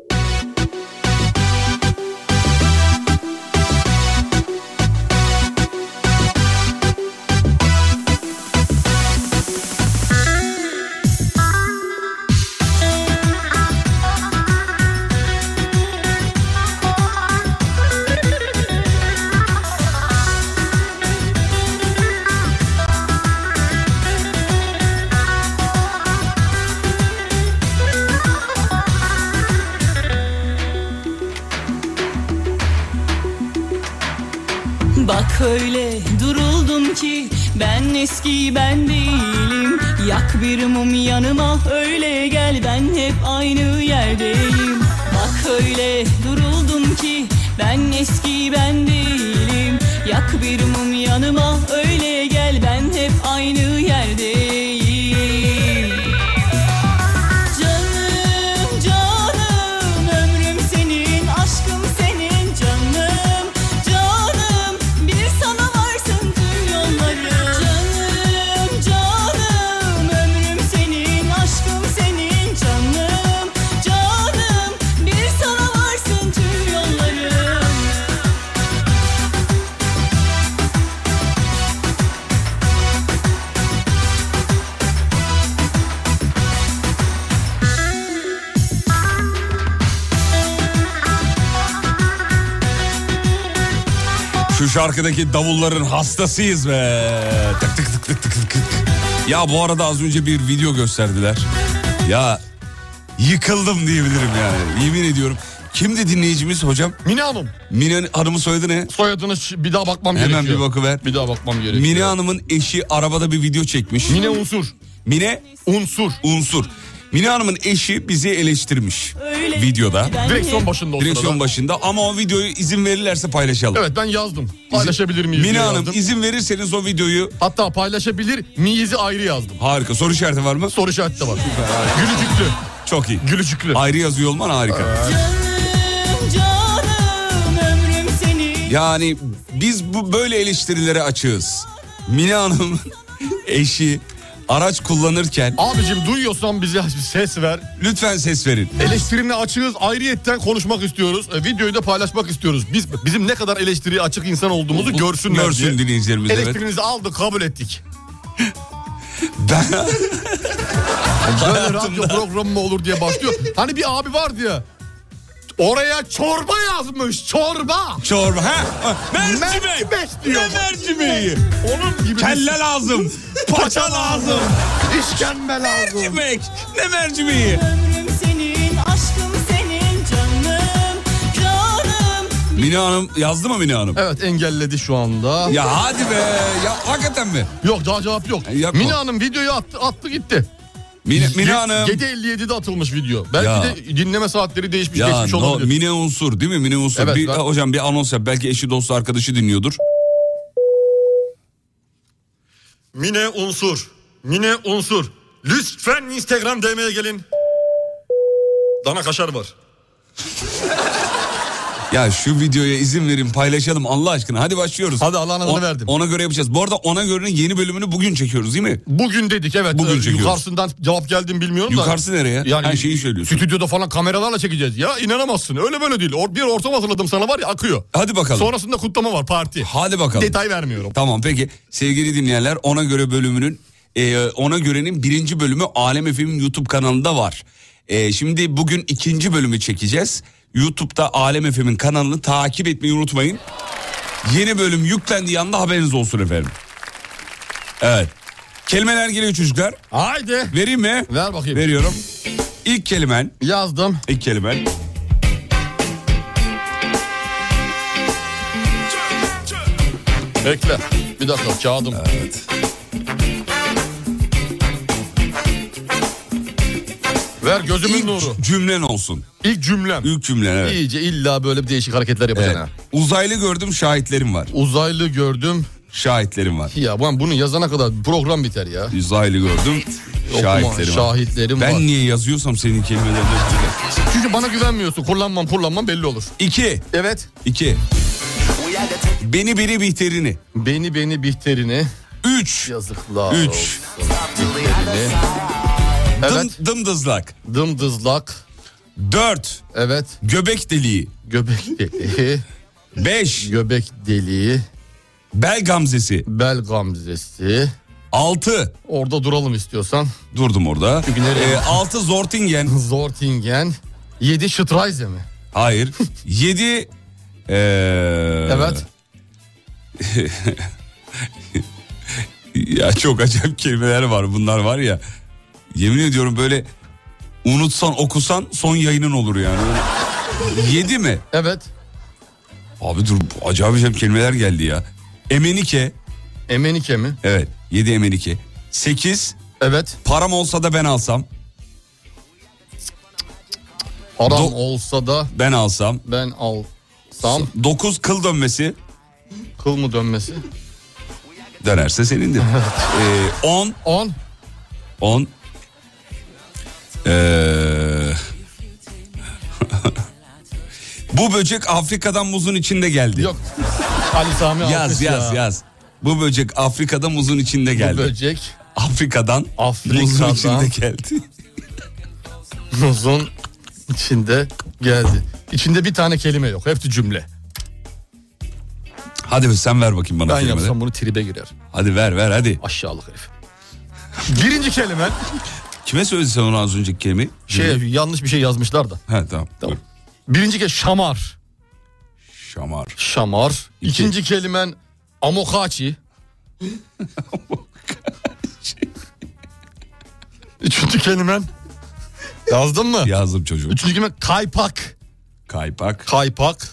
Bak öyle duruldum ki ben eski ben değilim Yak bir mum yanıma öyle gel ben hep aynı yerdeyim Bak öyle duruldum ki ben eski ben değilim Yak bir mum yanıma öyle gel ben hep aynı yerdeyim Canım canım ömrüm senin aşkım senin canım canım bir sana varsın tüm yolları canım canım ömrüm senin aşkım senin canım canım bir sana varsın tüm yolları
Şu şarkıdaki davulların hastasıyız be. Tık tık tık tık tık tık. tık. Ya bu arada az önce bir video gösterdiler. Ya yıkıldım diyebilirim yani. Yemin ediyorum. Kimdi dinleyicimiz hocam?
Mine Hanım
Mine Hanım'ın soyadı ne?
soyadını ş- bir daha bakmam
Hemen
gerekiyor.
bir bakıver.
Bir daha bakmam gerekiyor.
Mine Hanım'ın eşi arabada bir video çekmiş.
Mine Unsur.
Mine
Unsur.
Unsur. Mine Hanım'ın eşi bizi eleştirmiş
Öyle
videoda.
ben
Direksiyon
hep-
başında o
Direksiyon
sırada.
başında ama o videoyu izin verirlerse paylaşalım.
Evet ben yazdım. Paylaşabilir miyiz?
Mine
diye
Hanım
yazdım.
izin verirseniz o videoyu
Hatta paylaşabilir miyizi ayrı yazdım.
harika soru işareti var mı?
Soru işareti de var. Gülücüklü.
Çok iyi.
Gülücüklü.
Ayrı yazıyor olman harika.
Canım canım ömrüm senin
Yani biz bu böyle eleştirilere açığız. Mine Hanım [LAUGHS] eşi araç kullanırken...
Abicim duyuyorsan bize ses ver.
Lütfen ses verin.
Eleştirine açığız, ayrıyetten konuşmak istiyoruz. E, videoyu da paylaşmak istiyoruz. Biz bizim ne kadar eleştiriye açık insan olduğumuzu
Bu-
görsünler
görsün
diye.
dinleyicilerimiz, evet.
Eleştirinizi aldık,
[LAUGHS]
kabul ettik.
Ben...
[LAUGHS] Böyle radyo programı mı olur diye başlıyor. Hani bir abi vardı ya. Oraya çorba yazmış, çorba.
Çorba, ha? Mercimek.
diyor.
Ne mercimeği?
Onun gibi.
Kelle
[LAUGHS]
lazım. Paça lazım.
İşkembe lazım.
Mercimek. Ne mercimeği?
Ömrüm senin, aşkım senin, canım, canım.
Mine Hanım yazdı mı Mine Hanım?
Evet engelledi şu anda.
Ya hadi be. Ya hakikaten mi?
Yok daha cevap yok.
yapma.
Mina Hanım videoyu attı, attı gitti.
Mine,
Ye-
Mine Hanım.
7.57'de atılmış video. Belki
Ya.
de dinleme saatleri değişmiş
Ya
geçmiş
no-
olabilir.
Mine Unsur değil mi? Mine Unsur.
Evet,
bir,
ben-
Hocam bir anons yap. Belki eşi dostu arkadaşı dinliyordur.
Mine Unsur. Mine Unsur. Lütfen Instagram DM'ye gelin. Dana kaşar var.
Ya şu videoya izin verin paylaşalım Allah aşkına. Hadi başlıyoruz.
Hadi Allah'ın adını
O-
verdim.
Ona göre yapacağız. Bu arada ona görenin yeni bölümünü bugün çekiyoruz değil mi?
Bugün dedik evet.
Bugün
Ee,
çekiyoruz.
Yukarısından cevap geldiğini bilmiyorum da.
Yukarısı nereye? Her şeyi söylüyorsun.
Stüdyoda falan kameralarla çekeceğiz. Ya inanamazsın öyle böyle değil. Or- bir ortam hazırladım sana var ya akıyor.
Hadi bakalım.
Sonrasında kutlama var parti.
Hadi bakalım.
Detay vermiyorum.
Tamam peki sevgili dinleyenler ona göre bölümünün e, ona görenin birinci bölümü Alem FM'in YouTube kanalında var. E, şimdi bugün ikinci bölümü çekeceğiz. YouTube'da Alem FM'in kanalını takip etmeyi unutmayın. Yeni bölüm yüklendiği anda haberiniz olsun efendim. Evet. Kelimeler geliyor çocuklar.
Haydi.
Vereyim mi?
Ver bakayım.
Veriyorum. İlk kelimen.
Yazdım.
İlk kelimen.
Bekle. Bir dakika kağıdım.
Evet.
Ver gözümün
İlk
nuru.
cümlen olsun.
İlk cümlem.
İlk cümlen evet.
İyice illa böyle bir değişik hareketler yapacaksın
Evet.
ha.
Uzaylı gördüm şahitlerim var.
Uzaylı gördüm.
Şahitlerim var.
Ya ben bunu yazana kadar program biter ya.
Uzaylı gördüm. Şahitlerim var.
şahitlerim
ben
var.
niye yazıyorsam senin kelimelerine
Çünkü bana güvenmiyorsun. Kullanmam kullanmam belli olur.
İki.
Evet.
İki. Beni biri bihterini.
Beni beni bihterini.
Üç.
Yazıklar.
Üç.
Bihterini. Evet.
Dım, dımdızlak.
Dımdızlak.
Dört.
Evet.
Göbek deliği.
Göbek deliği.
Beş.
Göbek deliği.
Bel gamzesi.
Bel gamzesi.
Altı.
Orada duralım istiyorsan. [LAUGHS]
Durdum orada.
Çünkü nereye-
Ee, altı zortingen.
Zortingen. 7 Şıtrayze mi?
Hayır. Yedi. Ee,
Evet.
Ya çok acayip kelimeler var bunlar var ya. Yemin ediyorum böyle unutsan okusan son yayının olur yani. Öyle- Yedi mi?
Evet.
Abi dur bu acayip acayip kelimeler geldi ya. Emenike.
Emenike mi?
Evet. Yedi Emenike. Sekiz.
Evet.
Param olsa da ben alsam.
Haram
Do-
olsa da
Ben alsam.
ben alsam
Dokuz kıl dönmesi.
kıl mı dönmesi?
Dönerse
[LAUGHS]
senindir. Ee, on.
10.
On. Ee, [LAUGHS] Bu böcek Afrika'dan muzun içinde geldi. [LAUGHS]
Yok. Ali Sami
Yaz
alkış
yaz
ya.
yaz. Bu böcek Afrika'da muzun içinde geldi.
Böcek
Afrika'dan,
Afrika'dan.
muzun içinde geldi.
muzun içinde geldi. İçinde bir tane kelime yok. Hepsi cümle.
Hadi be sen ver bakayım bana
Ben
kelimeleri.
yapsam bunu tribe girer.
Hadi ver ver hadi.
Aşağılık herif.
[LAUGHS]
Birinci kelime
Kime söyledin sen onu az önceki kelimeyi?
şey yanlış bir şey yazmışlar da.
Ha tamam.
Tamam.
Buyur.
Birinci kelime şamar.
Şamar.
Şamar.
İki.
İkinci kelimen [LAUGHS] amokachi. Üçüncü kelimen yazdın mı?
Yazdım çocuğum.
Üçüncü kelime kaypak.
Kaypak.
Kaypak.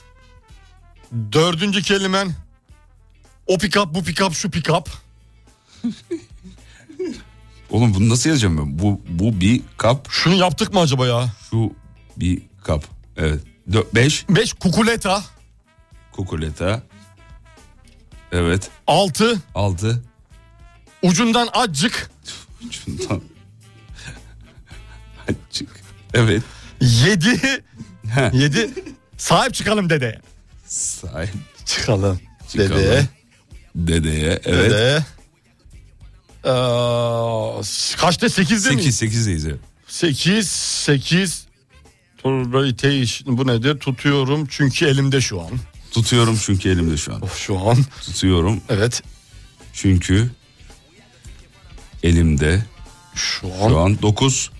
Dördüncü kelimen o pikap bu pikap şu pikap.
Oğlum bunu nasıl yazacağım ben? Bu, bu bir kap.
Şunu yaptık mı acaba ya?
Şu bir kap. Evet. Dö- beş.
Beş kukuleta.
Kukuleta. Evet.
Altı
Altı.
ucundan acık.
Şundan. [LAUGHS] Açık. Evet.
Yedi.
Heh.
Yedi. Sahip çıkalım dede.
Sahip
Çıkalım.
Çıkalım.
Dedeye.
Dedeye evet.
Dedeye. Ee, kaçta 8'de mi?
8 8'deyiz evet.
8 8 Turbayı teyiş bu nedir? Tutuyorum çünkü elimde şu an.
Tutuyorum çünkü elimde şu an.
şu an.
Tutuyorum.
Evet.
Çünkü elimde
şu
an, 9.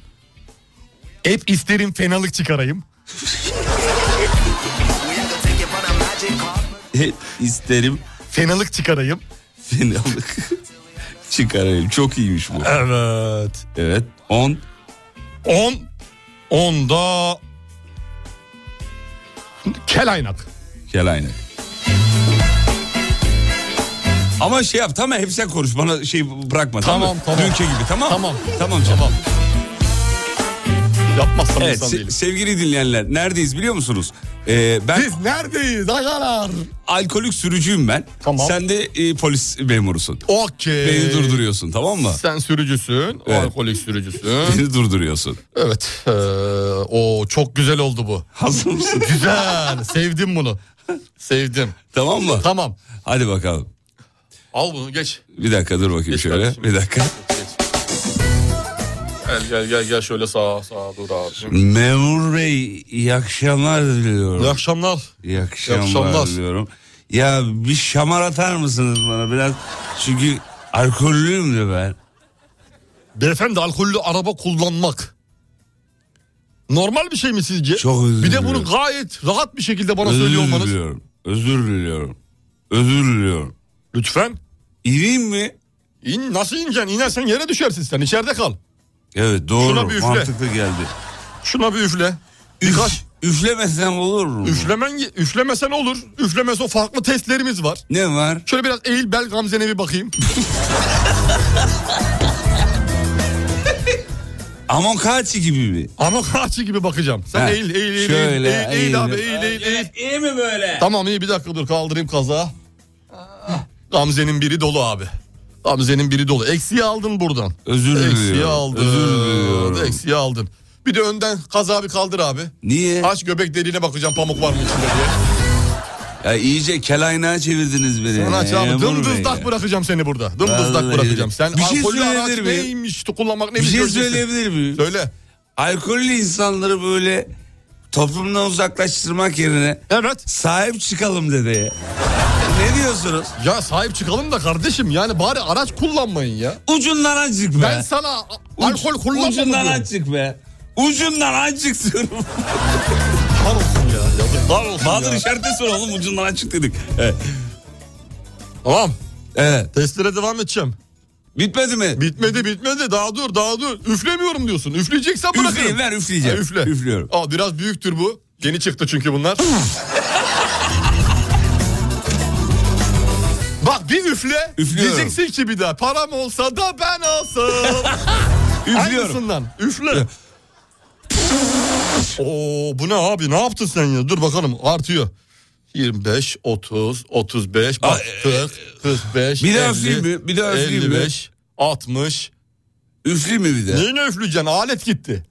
Hep isterim fenalık çıkarayım.
Hep isterim
fenalık çıkarayım.
[LAUGHS] Fenalık çıkarayım. Çok iyiymiş bu.
Evet.
Evet. 10.
10 onda kel aynak.
Gel aynı. Ama şey yap tamam hep sen konuş bana şey bırakma tamam,
Tamam,
mı?
tamam.
Dünkü gibi tamam Tamam tamam. tamam.
Yapmazsam
Evet
insan
se-
değilim.
sevgili dinleyenler neredeyiz biliyor musunuz? Ee, ben
Biz neredeyiz agalar?
alkolik sürücüyüm ben.
Tamam. Ee,
Sen de e, polis memurusun.
Okey.
Beni durduruyorsun tamam mı?
Sen sürücüsün, o
Evet.
alkolik sürücüsün.
Beni durduruyorsun.
evet. ee, o çok güzel oldu bu.
Hazır
[LAUGHS]
mısın? [LAUGHS]
Güzel. Sevdim bunu. Sevdim.
Tamam mı?
Tamam.
Hadi bakalım.
Al bunu geç.
Bir dakika dur bakayım şöyle.
kardeşim.
Bir dakika.
Gel gel gel gel şöyle sağa sağa dur abicim.
Memur Bey iyi akşamlar diliyorum.
İyi akşamlar.
İyi akşamlar,
İyi akşamlar.
diliyorum. Ya bir şamar atar mısınız bana biraz? Çünkü alkollüyüm de ben.
Beyefendi alkollü araba kullanmak. Normal bir şey mi sizce?
Çok özür
Bir de
diliyorum.
bunu gayet rahat bir şekilde bana
özür
söylüyor olmanız.
diliyorum. Özür diliyorum. Özür diliyorum.
Lütfen.
İneyim mi?
İn, nasıl ineceksin? İnersen yere düşersin sen. İçeride kal.
Evet doğru
bir üfle.
mantıklı geldi.
Şuna bir üfle. Birkaç.
Üflemesem olur mu?
Üflemen, üflemesen olur. Üflemese o farklı testlerimiz var.
Ne var?
Şöyle biraz eğil bel gamzene bir bakayım. [LAUGHS]
Amokachi gibi mi?
Ama kaçı gibi bakacağım. Sen
Ha,
eğil, eğil, eğil, eğil,
şöyle,
eğil, eğil
eğil.
abi, eğil, eğil, eğil.
İyi Ee, mi böyle?
Tamam iyi bir dakika dur kaldırayım kaza. Gamze'nin biri dolu abi. Gamze'nin biri dolu. Eksiği aldın buradan.
Özür
Eksiği
diliyorum. Özür
aldın.
diliyorum.
Eksiği aldın. Bir de önden kaza bir kaldır abi.
Niye?
Aç göbek deliğine bakacağım pamuk var mı içinde diye.
Ya iyice kel aynağı çevirdiniz beni.
Sana aç abi.
Ee, Memur
Dımdızlak
bey.
bırakacağım seni burada. Dımdızlak
Vallahi
bırakacağım. Sen
bir şey
alkollü araç
söyleyebilir miyim?
neymiş kullanmak
Bir
neymiş
şey
göreceksin.
söyleyebilir miyim?
Söyle.
Alkollü insanları böyle toplumdan uzaklaştırmak yerine
Evet.
sahip çıkalım dedi. ne diyorsunuz?
Ya sahip çıkalım da kardeşim yani bari araç kullanmayın ya.
Ucundan azıcık be.
Ben sana a-
Uc-
alkol kullanma
Ucundan
diyorum.
azıcık be. Ucundan azıcık diyorum.
Var olsun ya. Yazıklar olsun
Bahadır
ya.
işareti sor oğlum ucundan azıcık dedik. Evet.
Tamam.
evet.
Testlere devam edeceğim.
Bitmedi mi?
Bitmedi bitmedi daha dur daha dur. Üflemiyorum diyorsun. Üfleyeceksen bırakırım.
Üfleyin ver üfleyeceğim.
Ha, üfle.
Üflüyorum.
Aa, biraz büyüktür bu. Yeni çıktı çünkü bunlar. Bak bir üfle.
Üflüyorum.
Diyeceksin ki bir daha param olsa da ben alsam.
[LAUGHS] Üflüyorum.
Aynısından. Üfle. Oo bu ne abi ne yaptın sen ya? Dur bakalım artıyor. 25, 30, 35,
Aa, e,
bak, 40, 45,
Bir daha
50,
üfleyeyim mi? Bir daha üfleyeyim mi?
55, 60.
Üfleyeyim mi bir daha?
Neyini üfleyeceksin? Alet gitti.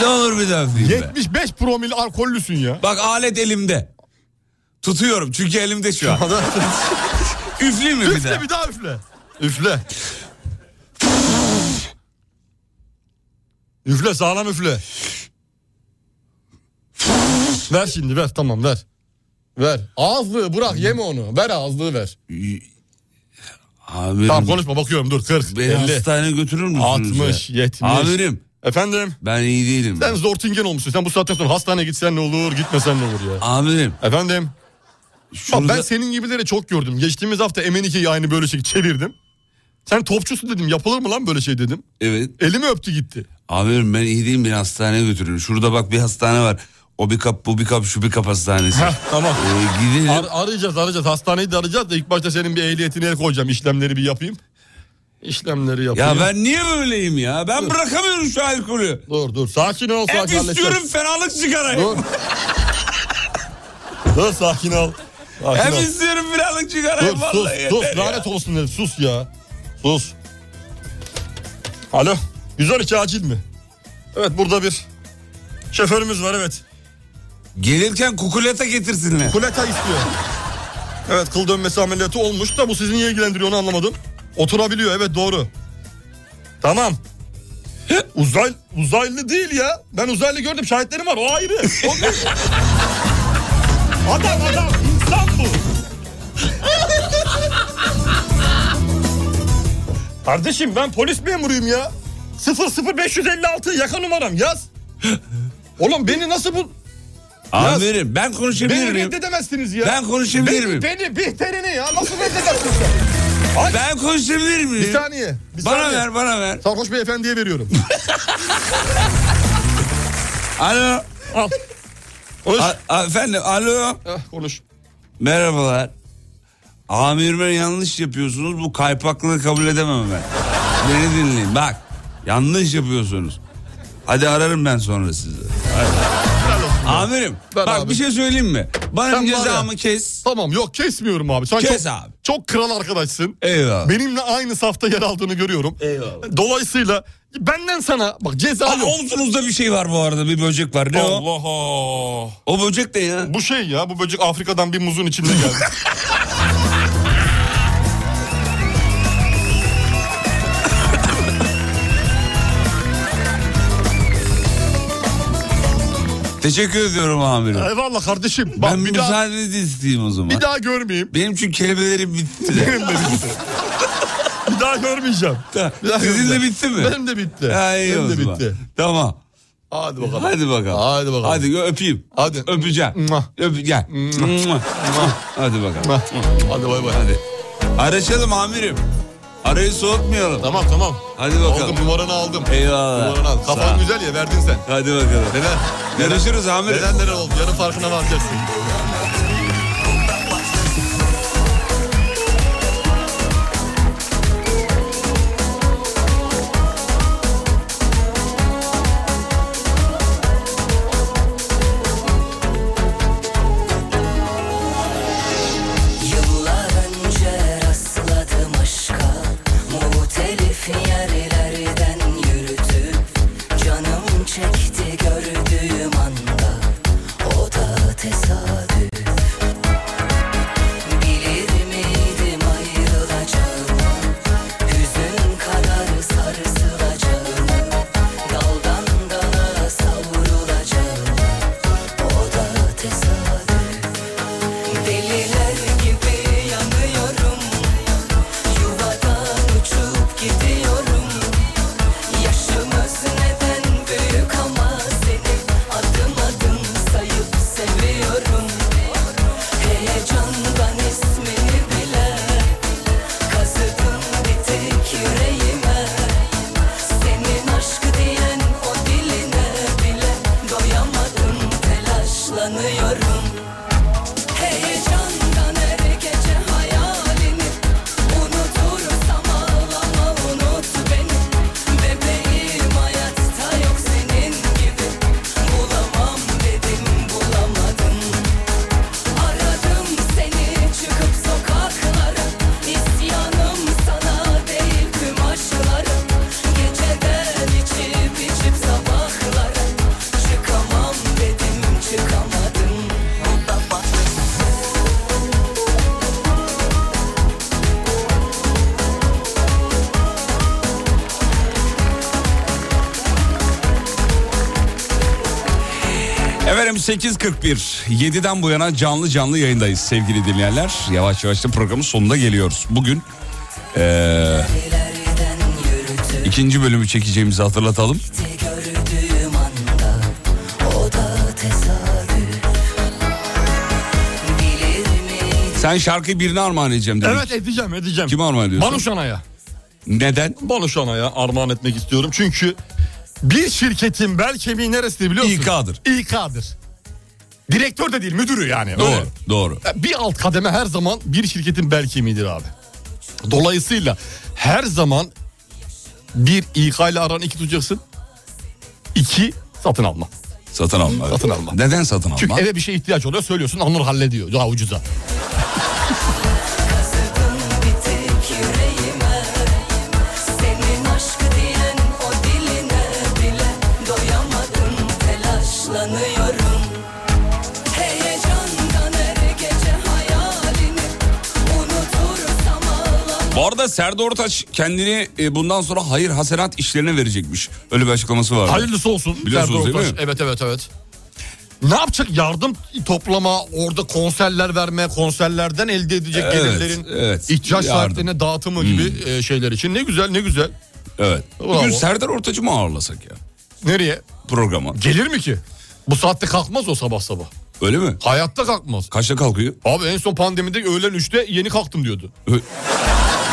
Ne olur bir daha üfleyeyim be.
75 promil alkollüsün ya.
Bak alet elimde. Tutuyorum çünkü elimde şu an. [LAUGHS] Üfleyeyim mi bir daha?
üfle bir daha üfle. Üfle. üfle sağlam üfle. ver şimdi ver tamam ver. Ver. Ağızlığı bırak yeme onu. Ver ağızlığı ver.
Amirim
Tamam konuşma bakıyorum dur 40,
beni
50,
hastaneye götürür müsünüz?
60,
ya?
70.
Amirim
Efendim?
ben iyi değilim.
Sen zortingen olmuşsun. Sen bu saatten sonra hastaneye gitsen ne olur gitmesen ne olur ya.
Amirim
Efendim? Bak
şurada
ben senin gibileri çok gördüm. Geçtiğimiz hafta M12'yi aynı böyle şey çevirdim. Sen topçusun dedim yapılır mı lan böyle şey dedim.
evet.
Elimi öptü gitti.
Amirim ben iyi değilim beni hastaneye götürün. Şurada bak bir hastane var. O bir kap bu bir kap şu bir kap hastanesi.
Heh, tamam.
Ee, gidelim.
Ar- arayacağız arayacağız hastaneyi de arayacağız da ilk başta senin bir ehliyetini el koyacağım işlemleri bir yapayım. İşlemleri yapayım.
ya ben niye böyleyim ya? Ben bırakamıyorum şu alkolü.
Dur dur sakin ol
Hep
sakin
istiyorum fenalık
Dur.
çıkarayım.
dur sakin ol. Sakin
Hep
ol.
istiyorum fenalık
Dur
çıkarayım.
sus
Vallahi
sus
yeter ya.
lanet olsun dedim sus ya. Sus. Alo 112 acil mi? Evet burada bir şoförümüz var evet.
Gelirken kukuleta getirsinler.
Kuleta istiyor. Evet kıl dönmesi ameliyatı olmuş da bu sizi niye ilgilendiriyor onu anlamadım. Oturabiliyor evet doğru. Tamam. Uzay, uzaylı değil ya. Ben uzaylı gördüm şahitlerim var o ayrı. O- adam adam insan bu. Kardeşim ben polis memuruyum ya. 00556 yaka numaram yaz. Oğlum beni nasıl bu...
Amirim ben konuşabilir
Beni
miyim?
reddedemezsiniz ya.
Ben konuşabilir
beni,
miyim?
Beni bihterini ya nasıl reddedersin sen? Ay.
Ben konuşabilir miyim?
Bir saniye. Bir
Bana
saniye.
ver, bana ver.
Sarhoş
[LAUGHS]
beyefendiye veriyorum.
Alo.
Al. Konuş.
efendim alo.
Eh, konuş.
Merhabalar. Amirime yanlış yapıyorsunuz. Bu kaypaklığı kabul edemem ben. Beni dinleyin. Bak. Yanlış yapıyorsunuz. Hadi ararım ben sonra sizi. Hadi. Amirim. bak bir şey söyleyeyim mi? Bana
Sen
cezamı
var ya-
kes.
Tamam yok kesmiyorum abi. Sen
Kes
çok,
abi.
Çok kral arkadaşsın.
Eyvallah.
Benimle aynı safta yer aldığını görüyorum. Eyvallah. Dolayısıyla benden sana bak ceza
Aa,
yok.
omzunuzda bir şey var bu arada. Bir böcek var. Ne o?
Allah o?
O böcek de ya?
Bu şey ya bu böcek Afrika'dan bir muzun içinde
[LAUGHS]
geldi.
Teşekkür ediyorum amirim.
Eyvallah kardeşim. Bak,
ben
bir, daha,
müsaadenizi isteyeyim o zaman.
bir daha görmeyeyim.
Benim çünkü kelimelerim bitti. de.
[LAUGHS] Benim de bitti. bir daha görmeyeceğim. Bir daha
Sizin de
görmeyeceğim.
bitti mi?
Benim de bitti.
Ha, iyi
Benim
o
de
zaman.
bitti.
Tamam.
Hadi bakalım.
Hadi bakalım.
Hadi bakalım.
Hadi gö- öpeyim.
Hadi.
Öpeceğim.
Mua.
Öp gel. Mua. Hadi bakalım.
Hadi bay bay.
Hadi. Araşalım amirim. Arayı soğutmayalım.
Tamam tamam.
Hadi bakalım.
Aldım numaranı aldım.
Eyvallah.
Numaranı aldım.
Sağ
Kafan
ol.
güzel ya verdin sen.
Hadi bakalım.
Neden?
Görüşürüz
Neden-
amirim.
Neden neler oldu? Yarın farkına varacaksın.
Yıllar önce rastladım aşka Muhtelif yerlerden yürütüp Canım çekti gördüğüm anda O da tesadüf Bilir miydim ayrılacağımı Hüzün kadar sarsılacağımı Daldan dala savrulacağımı O da tesadüf Deliler gibi yanıyorum Yuvadan uçup gidiyorum Yaşımız neden büyük ama seni Adım adım sayıp seviyorum Heyecandan ismini bile Kazıdım bitik yüreğime Senin aşk diyen o diline bile Doyamadım telaşlanıyorum Heyecandan her gece hayalini Unutursam ağlama unut beni Bebeğim hayatta yok senin gibi Bulamam dedim bulamadım Aradım seni çıkıp sokaklara İsyanım sana değil tüm aşklara Geceden içip içip sabahlara Çıkamam dedim çıkamadım
Efendim 8.41 7'den bu yana canlı canlı yayındayız sevgili dinleyenler. Yavaş yavaş da programın sonuna geliyoruz. Bugün eee, ikinci bölümü çekeceğimizi hatırlatalım.
Gördüğüm anda o da tesadüf Bilir miydim
Sen şarkıyı birine armağan edeceğim dedin.
Evet edeceğim edeceğim.
Kime armağan ediyorsun?
Banu Şanay'a.
Neden?
Banu Şanay'a armağan etmek istiyorum. Çünkü bir şirketin bel kemiği neresi biliyor musun?
İK'dır.
İK'dır. Direktör de değil müdürü yani.
Doğru,
Öyle.
doğru.
Bir alt kademe her zaman bir şirketin bel kemiğidir abi. Dolayısıyla her zaman bir İK ile aran iki tutacaksın. İki satın alma.
Satın alma.
Satın alma.
Neden satın alma?
Çünkü eve bir şey ihtiyaç oluyor söylüyorsun Anur hallediyor daha ucuza.
bitik yüreğime Senin aşk diyen o diline bile Doyamadım telaşlanıyorum Heyecandan her gece hayalini
arada Serdar Ortaç kendini e, bundan sonra hayır hasenat işlerine verecekmiş. Öyle bir açıklaması var.
Hayırlısı olsun.
Biliyorsunuz
Serdar
değil
Ortaç.
mi?
Evet evet evet. Ne yapacak? Yardım toplama, orada konserler verme, konserlerden elde edecek
Evet,
gelirlerin
evet.
ihtiyaç
Yardım. Hmm.
sahiplerine dağıtımı gibi e, şeyler için. Ne güzel ne güzel.
Evet. Bugün
Bravo.
Serdar Ortaç'ı mı ağırlasak ya?
Nereye?
Programa.
Gelir mi ki? Bu saatte kalkmaz o sabah sabah.
Öyle mi?
Hayatta kalkmaz.
Kaçta kalkıyor?
Abi en son pandemide öğlen 3'te yeni kalktım diyordu.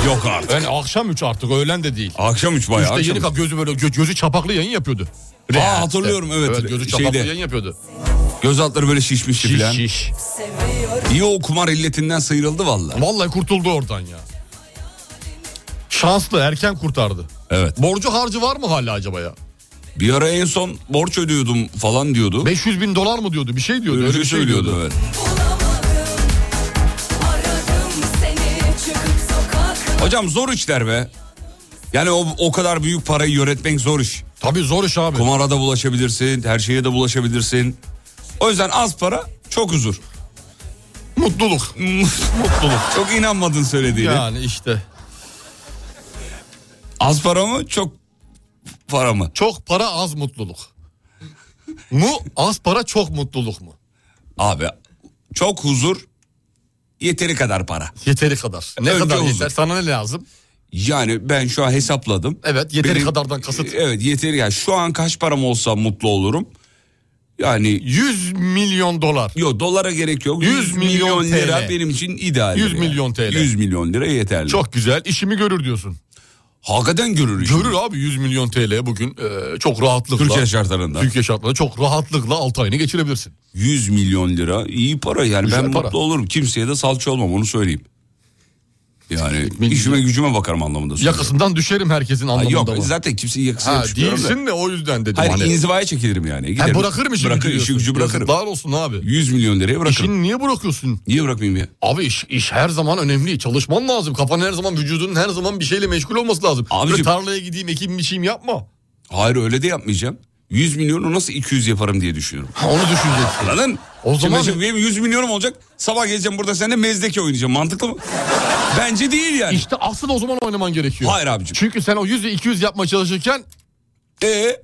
Yok artık.
Yani akşam 3 artık öğlen de değil.
Akşam 3 bayağı.
Üçte
akşam
yeni
üç.
kalk gözü böyle gö- gözü çapaklı yayın yapıyordu.
Aa, hatırlıyorum evet.
gözü çapaklı
Şeyde,
yayın yapıyordu.
Göz altları böyle şişmişti
Şiş,
filan.
şiş.
İyi o kumar illetinden sıyrıldı valla.
Vallahi kurtuldu oradan ya. Şanslı erken kurtardı.
Evet.
Borcu harcı var mı hala acaba ya?
Bir ara en son borç ödüyordum falan diyordu.
500 bin dolar mı diyordu bir şey diyordu.
Öyle
bir şey
söylüyordu evet.
Seni çıkıp sokaklara
Hocam zor işler be. Yani o, o kadar büyük parayı yönetmek zor iş.
Tabii zor iş abi.
Kumara da bulaşabilirsin, her şeye de bulaşabilirsin. O yüzden az para çok
[LAUGHS]
huzur.
Mutluluk.
Mutluluk. Çok inanmadın söylediğine.
Yani işte.
Az para mı çok para mı?
Çok para az mutluluk. Mu az para çok mutluluk mu?
Abi çok huzur yeteri kadar para.
Yeteri kadar. Ne
Önce
kadar
huzur.
yeter? Sana ne lazım?
Yani ben şu an hesapladım. E,
Evet yeteri kadardan kasıt.
Evet yeteri yani şu an kaç param olsa mutlu olurum. Yani
100 milyon dolar.
Yok dolara gerek yok.
100 milyon
lira
TL.
benim için ideal.
100
yani.
milyon TL.
100 milyon lira yeterli.
Çok güzel işimi görür diyorsun.
Hakikaten görür. işimi.
Görür abi 100 milyon TL bugün e, çok rahatlıkla.
Türkiye şartlarında.
Türkiye şartlarında çok rahatlıkla 6 ayını geçirebilirsin.
100 milyon lira iyi para yani
Güzel
ben
para.
mutlu olurum. Kimseye de salça olmam onu söyleyeyim. Yani işime gücüme bakarım anlamında söylüyorum.
Yakasından düşerim herkesin
Ha,
anlamında
yok
mı?
zaten kimseyi yakasına
Ha,
düşmüyorum da.
değilsin de o yüzden dedim.
Hayır
hani.
inzivaya çekilirim yani.
Ha,
Giderim.
bırakırım işi
Bırakırım, işi gücü
diyorsun.
bırakırım.
Yazıklar olsun abi.
100 milyon liraya bırakırım.
İşini niye bırakıyorsun?
Niye bırakmayayım ya?
Abi iş, iş her zaman önemli. Çalışman lazım. Kafanın her zaman vücudunun her zaman bir şeyle meşgul olması lazım.
Abicim-
Böyle tarlaya gideyim ekim biçeyim yapma.
Hayır öyle de yapmayacağım. 100 milyonu nasıl 200 yaparım diye düşünüyorum.
Ha, onu düşüneceksin.
Anladın?
O
Şimdi
zaman-
şimdi benim 100 milyonum olacak. Sabah geleceğim burada seninle mezdeke oynayacağım. Mantıklı mı? Bence değil yani.
İşte asıl o zaman oynaman gerekiyor.
Hayır abicim.
Çünkü sen o 100'ü 200 yapmaya çalışırken
Ee?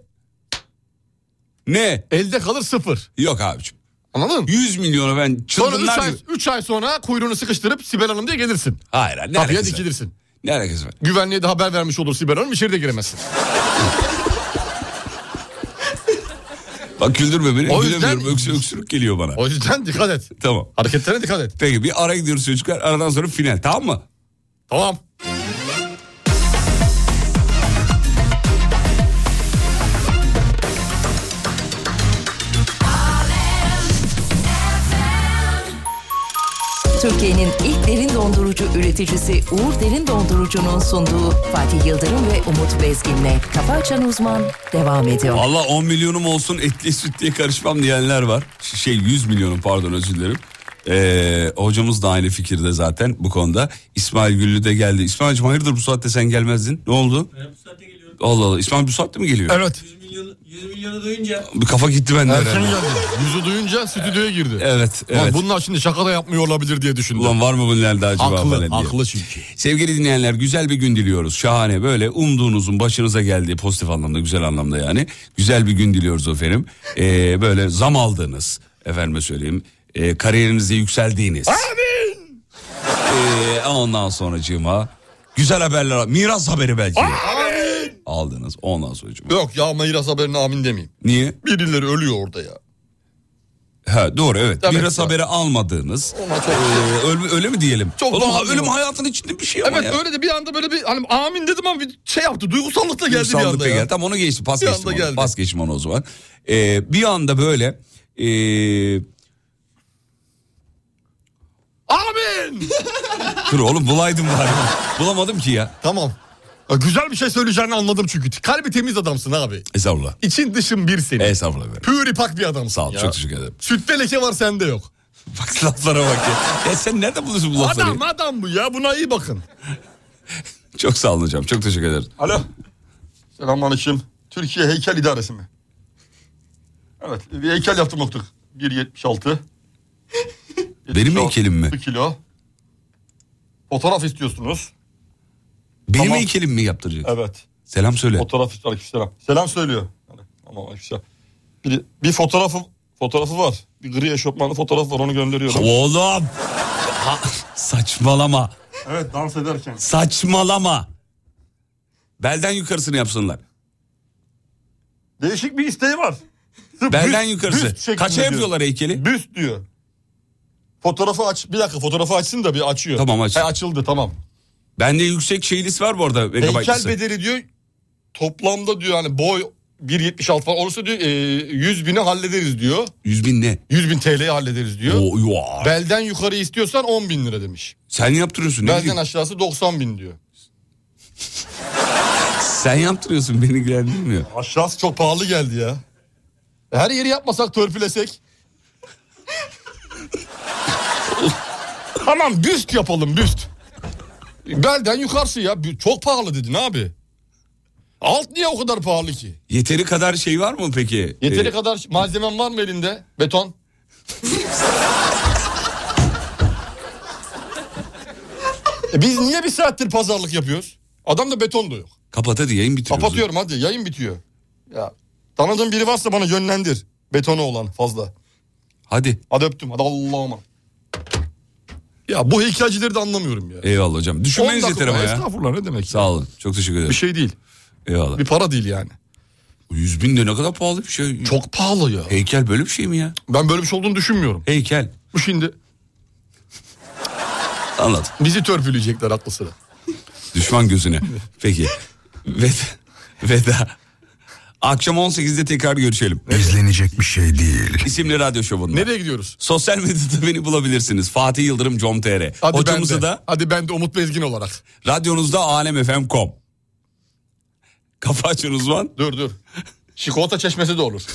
Ne?
elde kalır sıfır.
Yok abicim.
Anladın mı?
100 milyonu ben
Sonra 3
çılgınlar
ay,
gibi...
üç ay sonra kuyruğunu sıkıştırıp Sibel Hanım diye gelirsin.
Hayır abi, ne
Kapıya
alakası var?
dikilirsin.
Ne alakası var?
Güvenliğe de haber vermiş olur Sibel Hanım içeri de giremezsin.
Bak güldürme beni.
O
O
yüzden-
Öksürük, öksürük geliyor bana.
O yüzden dikkat et.
Tamam.
Hareketlerine dikkat et.
Peki bir ara gidiyoruz çocuklar. Aradan sonra final tamam mı?
Tamam.
Türkiye'nin ilk derin dondurucu üreticisi Uğur Derin Dondurucu'nun sunduğu Fatih Yıldırım ve Umut Bezgin'le Kafa Açan Uzman devam ediyor.
Valla 10 milyonum olsun etli sütliye karışmam diyenler var. Ş- Şey 100 milyonum pardon özür dilerim. Ee, hocamız da aynı fikirde zaten bu konuda. İsmail Güllü de geldi. İsmail'cim hayırdır bu saatte sen gelmezdin? Ne oldu? bu saatte geliyorum. Allah Allah. İsmail bu saatte mi geliyor?
Evet.
milyonu duyunca
Bir kafa gitti bende
Erken
herhalde.
geldi. Yüzü duyunca stüdyoya girdi.
Evet,
Ulan
evet.
bunlar şimdi şaka da yapmıyor olabilir diye düşündüm.
Ulan var mı bunlar da acaba
Aklı,
falan diye.
aklı çünkü.
Sevgili dinleyenler güzel bir gün diliyoruz. Şahane böyle umduğunuzun başınıza geldiği pozitif anlamda güzel anlamda yani. Güzel bir gün diliyoruz efendim. Ee, böyle zam aldığınız efendime söyleyeyim. E, kariyerinizde yükseldiğiniz. Ee, ondan sonracığıma güzel haberler miras haberi belki aldınız ondan sonracığıma.
Yok ya miras haberine amin demeyeyim.
Niye?
Birileri ölüyor orada ya.
Ha, doğru evet.
Demek
miras
ki-
haberi almadığınız.
Ona çok-
Ee, öyle, öyle mi diyelim?
Çok
Oğlum,
doğru.
ölüm hayatın içinde bir şey ama
Evet
ya.
öyle de bir anda böyle bir hani amin dedim ama bir şey yaptı duygusallıkla geldi bir
Duygusallıkla
anda ya.
geldi. Tamam onu geçtim. Pas
Bir
geçtim
anda
onu.
geldi.
Pas geçtim onu o zaman. Ee, bir anda böyle ee,
Amin!
dur oğlum bulaydım bari. [LAUGHS] Bulamadım ki ya.
tamam. Ya Güzel bir şey söyleyeceğini anladım çünkü. Kalbi temiz adamsın abi.
Estağfurullah.
İçin dışın bir senin.
Estağfurullah efendim.
Pür ipak bir adamsın
Sağ ol.
ya.
Çok teşekkür ederim. [LAUGHS]
Sütte leke var sende yok.
Bak laflara bak ya. ya sen nerede buluyorsun bu lafları?
Adam adam bu ya buna iyi bakın.
Çok sağ olun hocam. Çok teşekkür ederim.
Alo. Selamünaleyküm. Türkiye Heykel İdaresi mi? Evet bir heykel yaptırmaktık. 1.76.
Benim heykelim mi?
1 kilo. Fotoğraf istiyorsunuz.
Benim
Tamam.
heykelim mi yaptıracak?
Evet.
Selam söyle.
[LAUGHS] Fotoğraf aleykümselam. Selam söylüyor. Yani, Ama aleykümselam. Bir, bir fotoğrafı fotoğrafı var. Bir gri eşofmanlı fotoğraf var onu gönderiyorum.
[LAUGHS] Oğlum. Ha, [LAUGHS] saçmalama.
Evet dans ederken.
Saçmalama. Belden yukarısını yapsınlar.
Değişik bir isteği var.
Belden yukarısı.
büst şeklinde
Kaça
diyor.
yapıyorlar heykeli?
Büst diyor. Fotoğrafı aç. Bir dakika fotoğrafı açsın da bir açıyor.
Tamam aç.
He, açıldı tamam.
Bende yüksek şeylisi var bu arada.
Heykel
megabaytlısı.
bedeli diyor toplamda diyor hani boy 1.76 falan olursa diyor e, 100 bini hallederiz diyor.
100 bin ne?
100 bin TL'yi hallederiz diyor.
Oo, yuva.
Belden yukarı istiyorsan 10 bin lira demiş.
Sen yaptırıyorsun. Ne
Belden
bileyim?
aşağısı 90 bin diyor.
Sen yaptırıyorsun beni ilgilendirmiyor.
Aşağısı çok pahalı geldi ya. E, Her yeri yapmasak törpülesek. tamam büst yapalım büst. Belden yukarısı ya. Bü- Çok pahalı dedin abi. Alt niye o kadar pahalı ki?
Yeteri kadar şey var mı peki?
Yeteri
Ee,
kadar malzemen var mı elinde? [LAUGHS] Beton. E biz niye bir saattir pazarlık yapıyoruz? Adam da beton da yok.
Kapat hadi yayın bitiriyoruz.
Kapatıyorum hadi yayın bitiyor. Ya tanıdığın biri varsa bana yönlendir. Betonu olan fazla.
Hadi.
Hadi öptüm hadi Allah'ıma. Ya bu hikayecileri de anlamıyorum ya.
Eyvallah hocam. E, Düşünmeniz
10
yeter
dakika
ama ya.
Estağfurullah ne demek.
Sağ olun. Çok teşekkür ederim.
Bir şey değil.
Eyvallah.
Bir para değil yani.
100 bin de ne kadar pahalı bir şey.
Çok pahalı ya.
Heykel böyle bir şey mi ya?
Ben böyle bir şey olduğunu düşünmüyorum.
Heykel.
Bu şimdi
Anladım.
bizi törpüleyecekler aklı sıra.
Düşman gözüne. Peki. Veda. Veda. Akşam 18'de tekrar görüşelim. İzlenecek bir şey değil. İsimli radyo şovunda.
Nereye gidiyoruz?
Sosyal medyada beni bulabilirsiniz. Fatih Yıldırım com.tr.
Hadi
Hocamızı
ben de.
da
Hadi ben de Umut Bezgin olarak.
radyonuzda alemfm.com. Kafa açın uzman.
Dur dur. Çikolata çeşmesi de olur.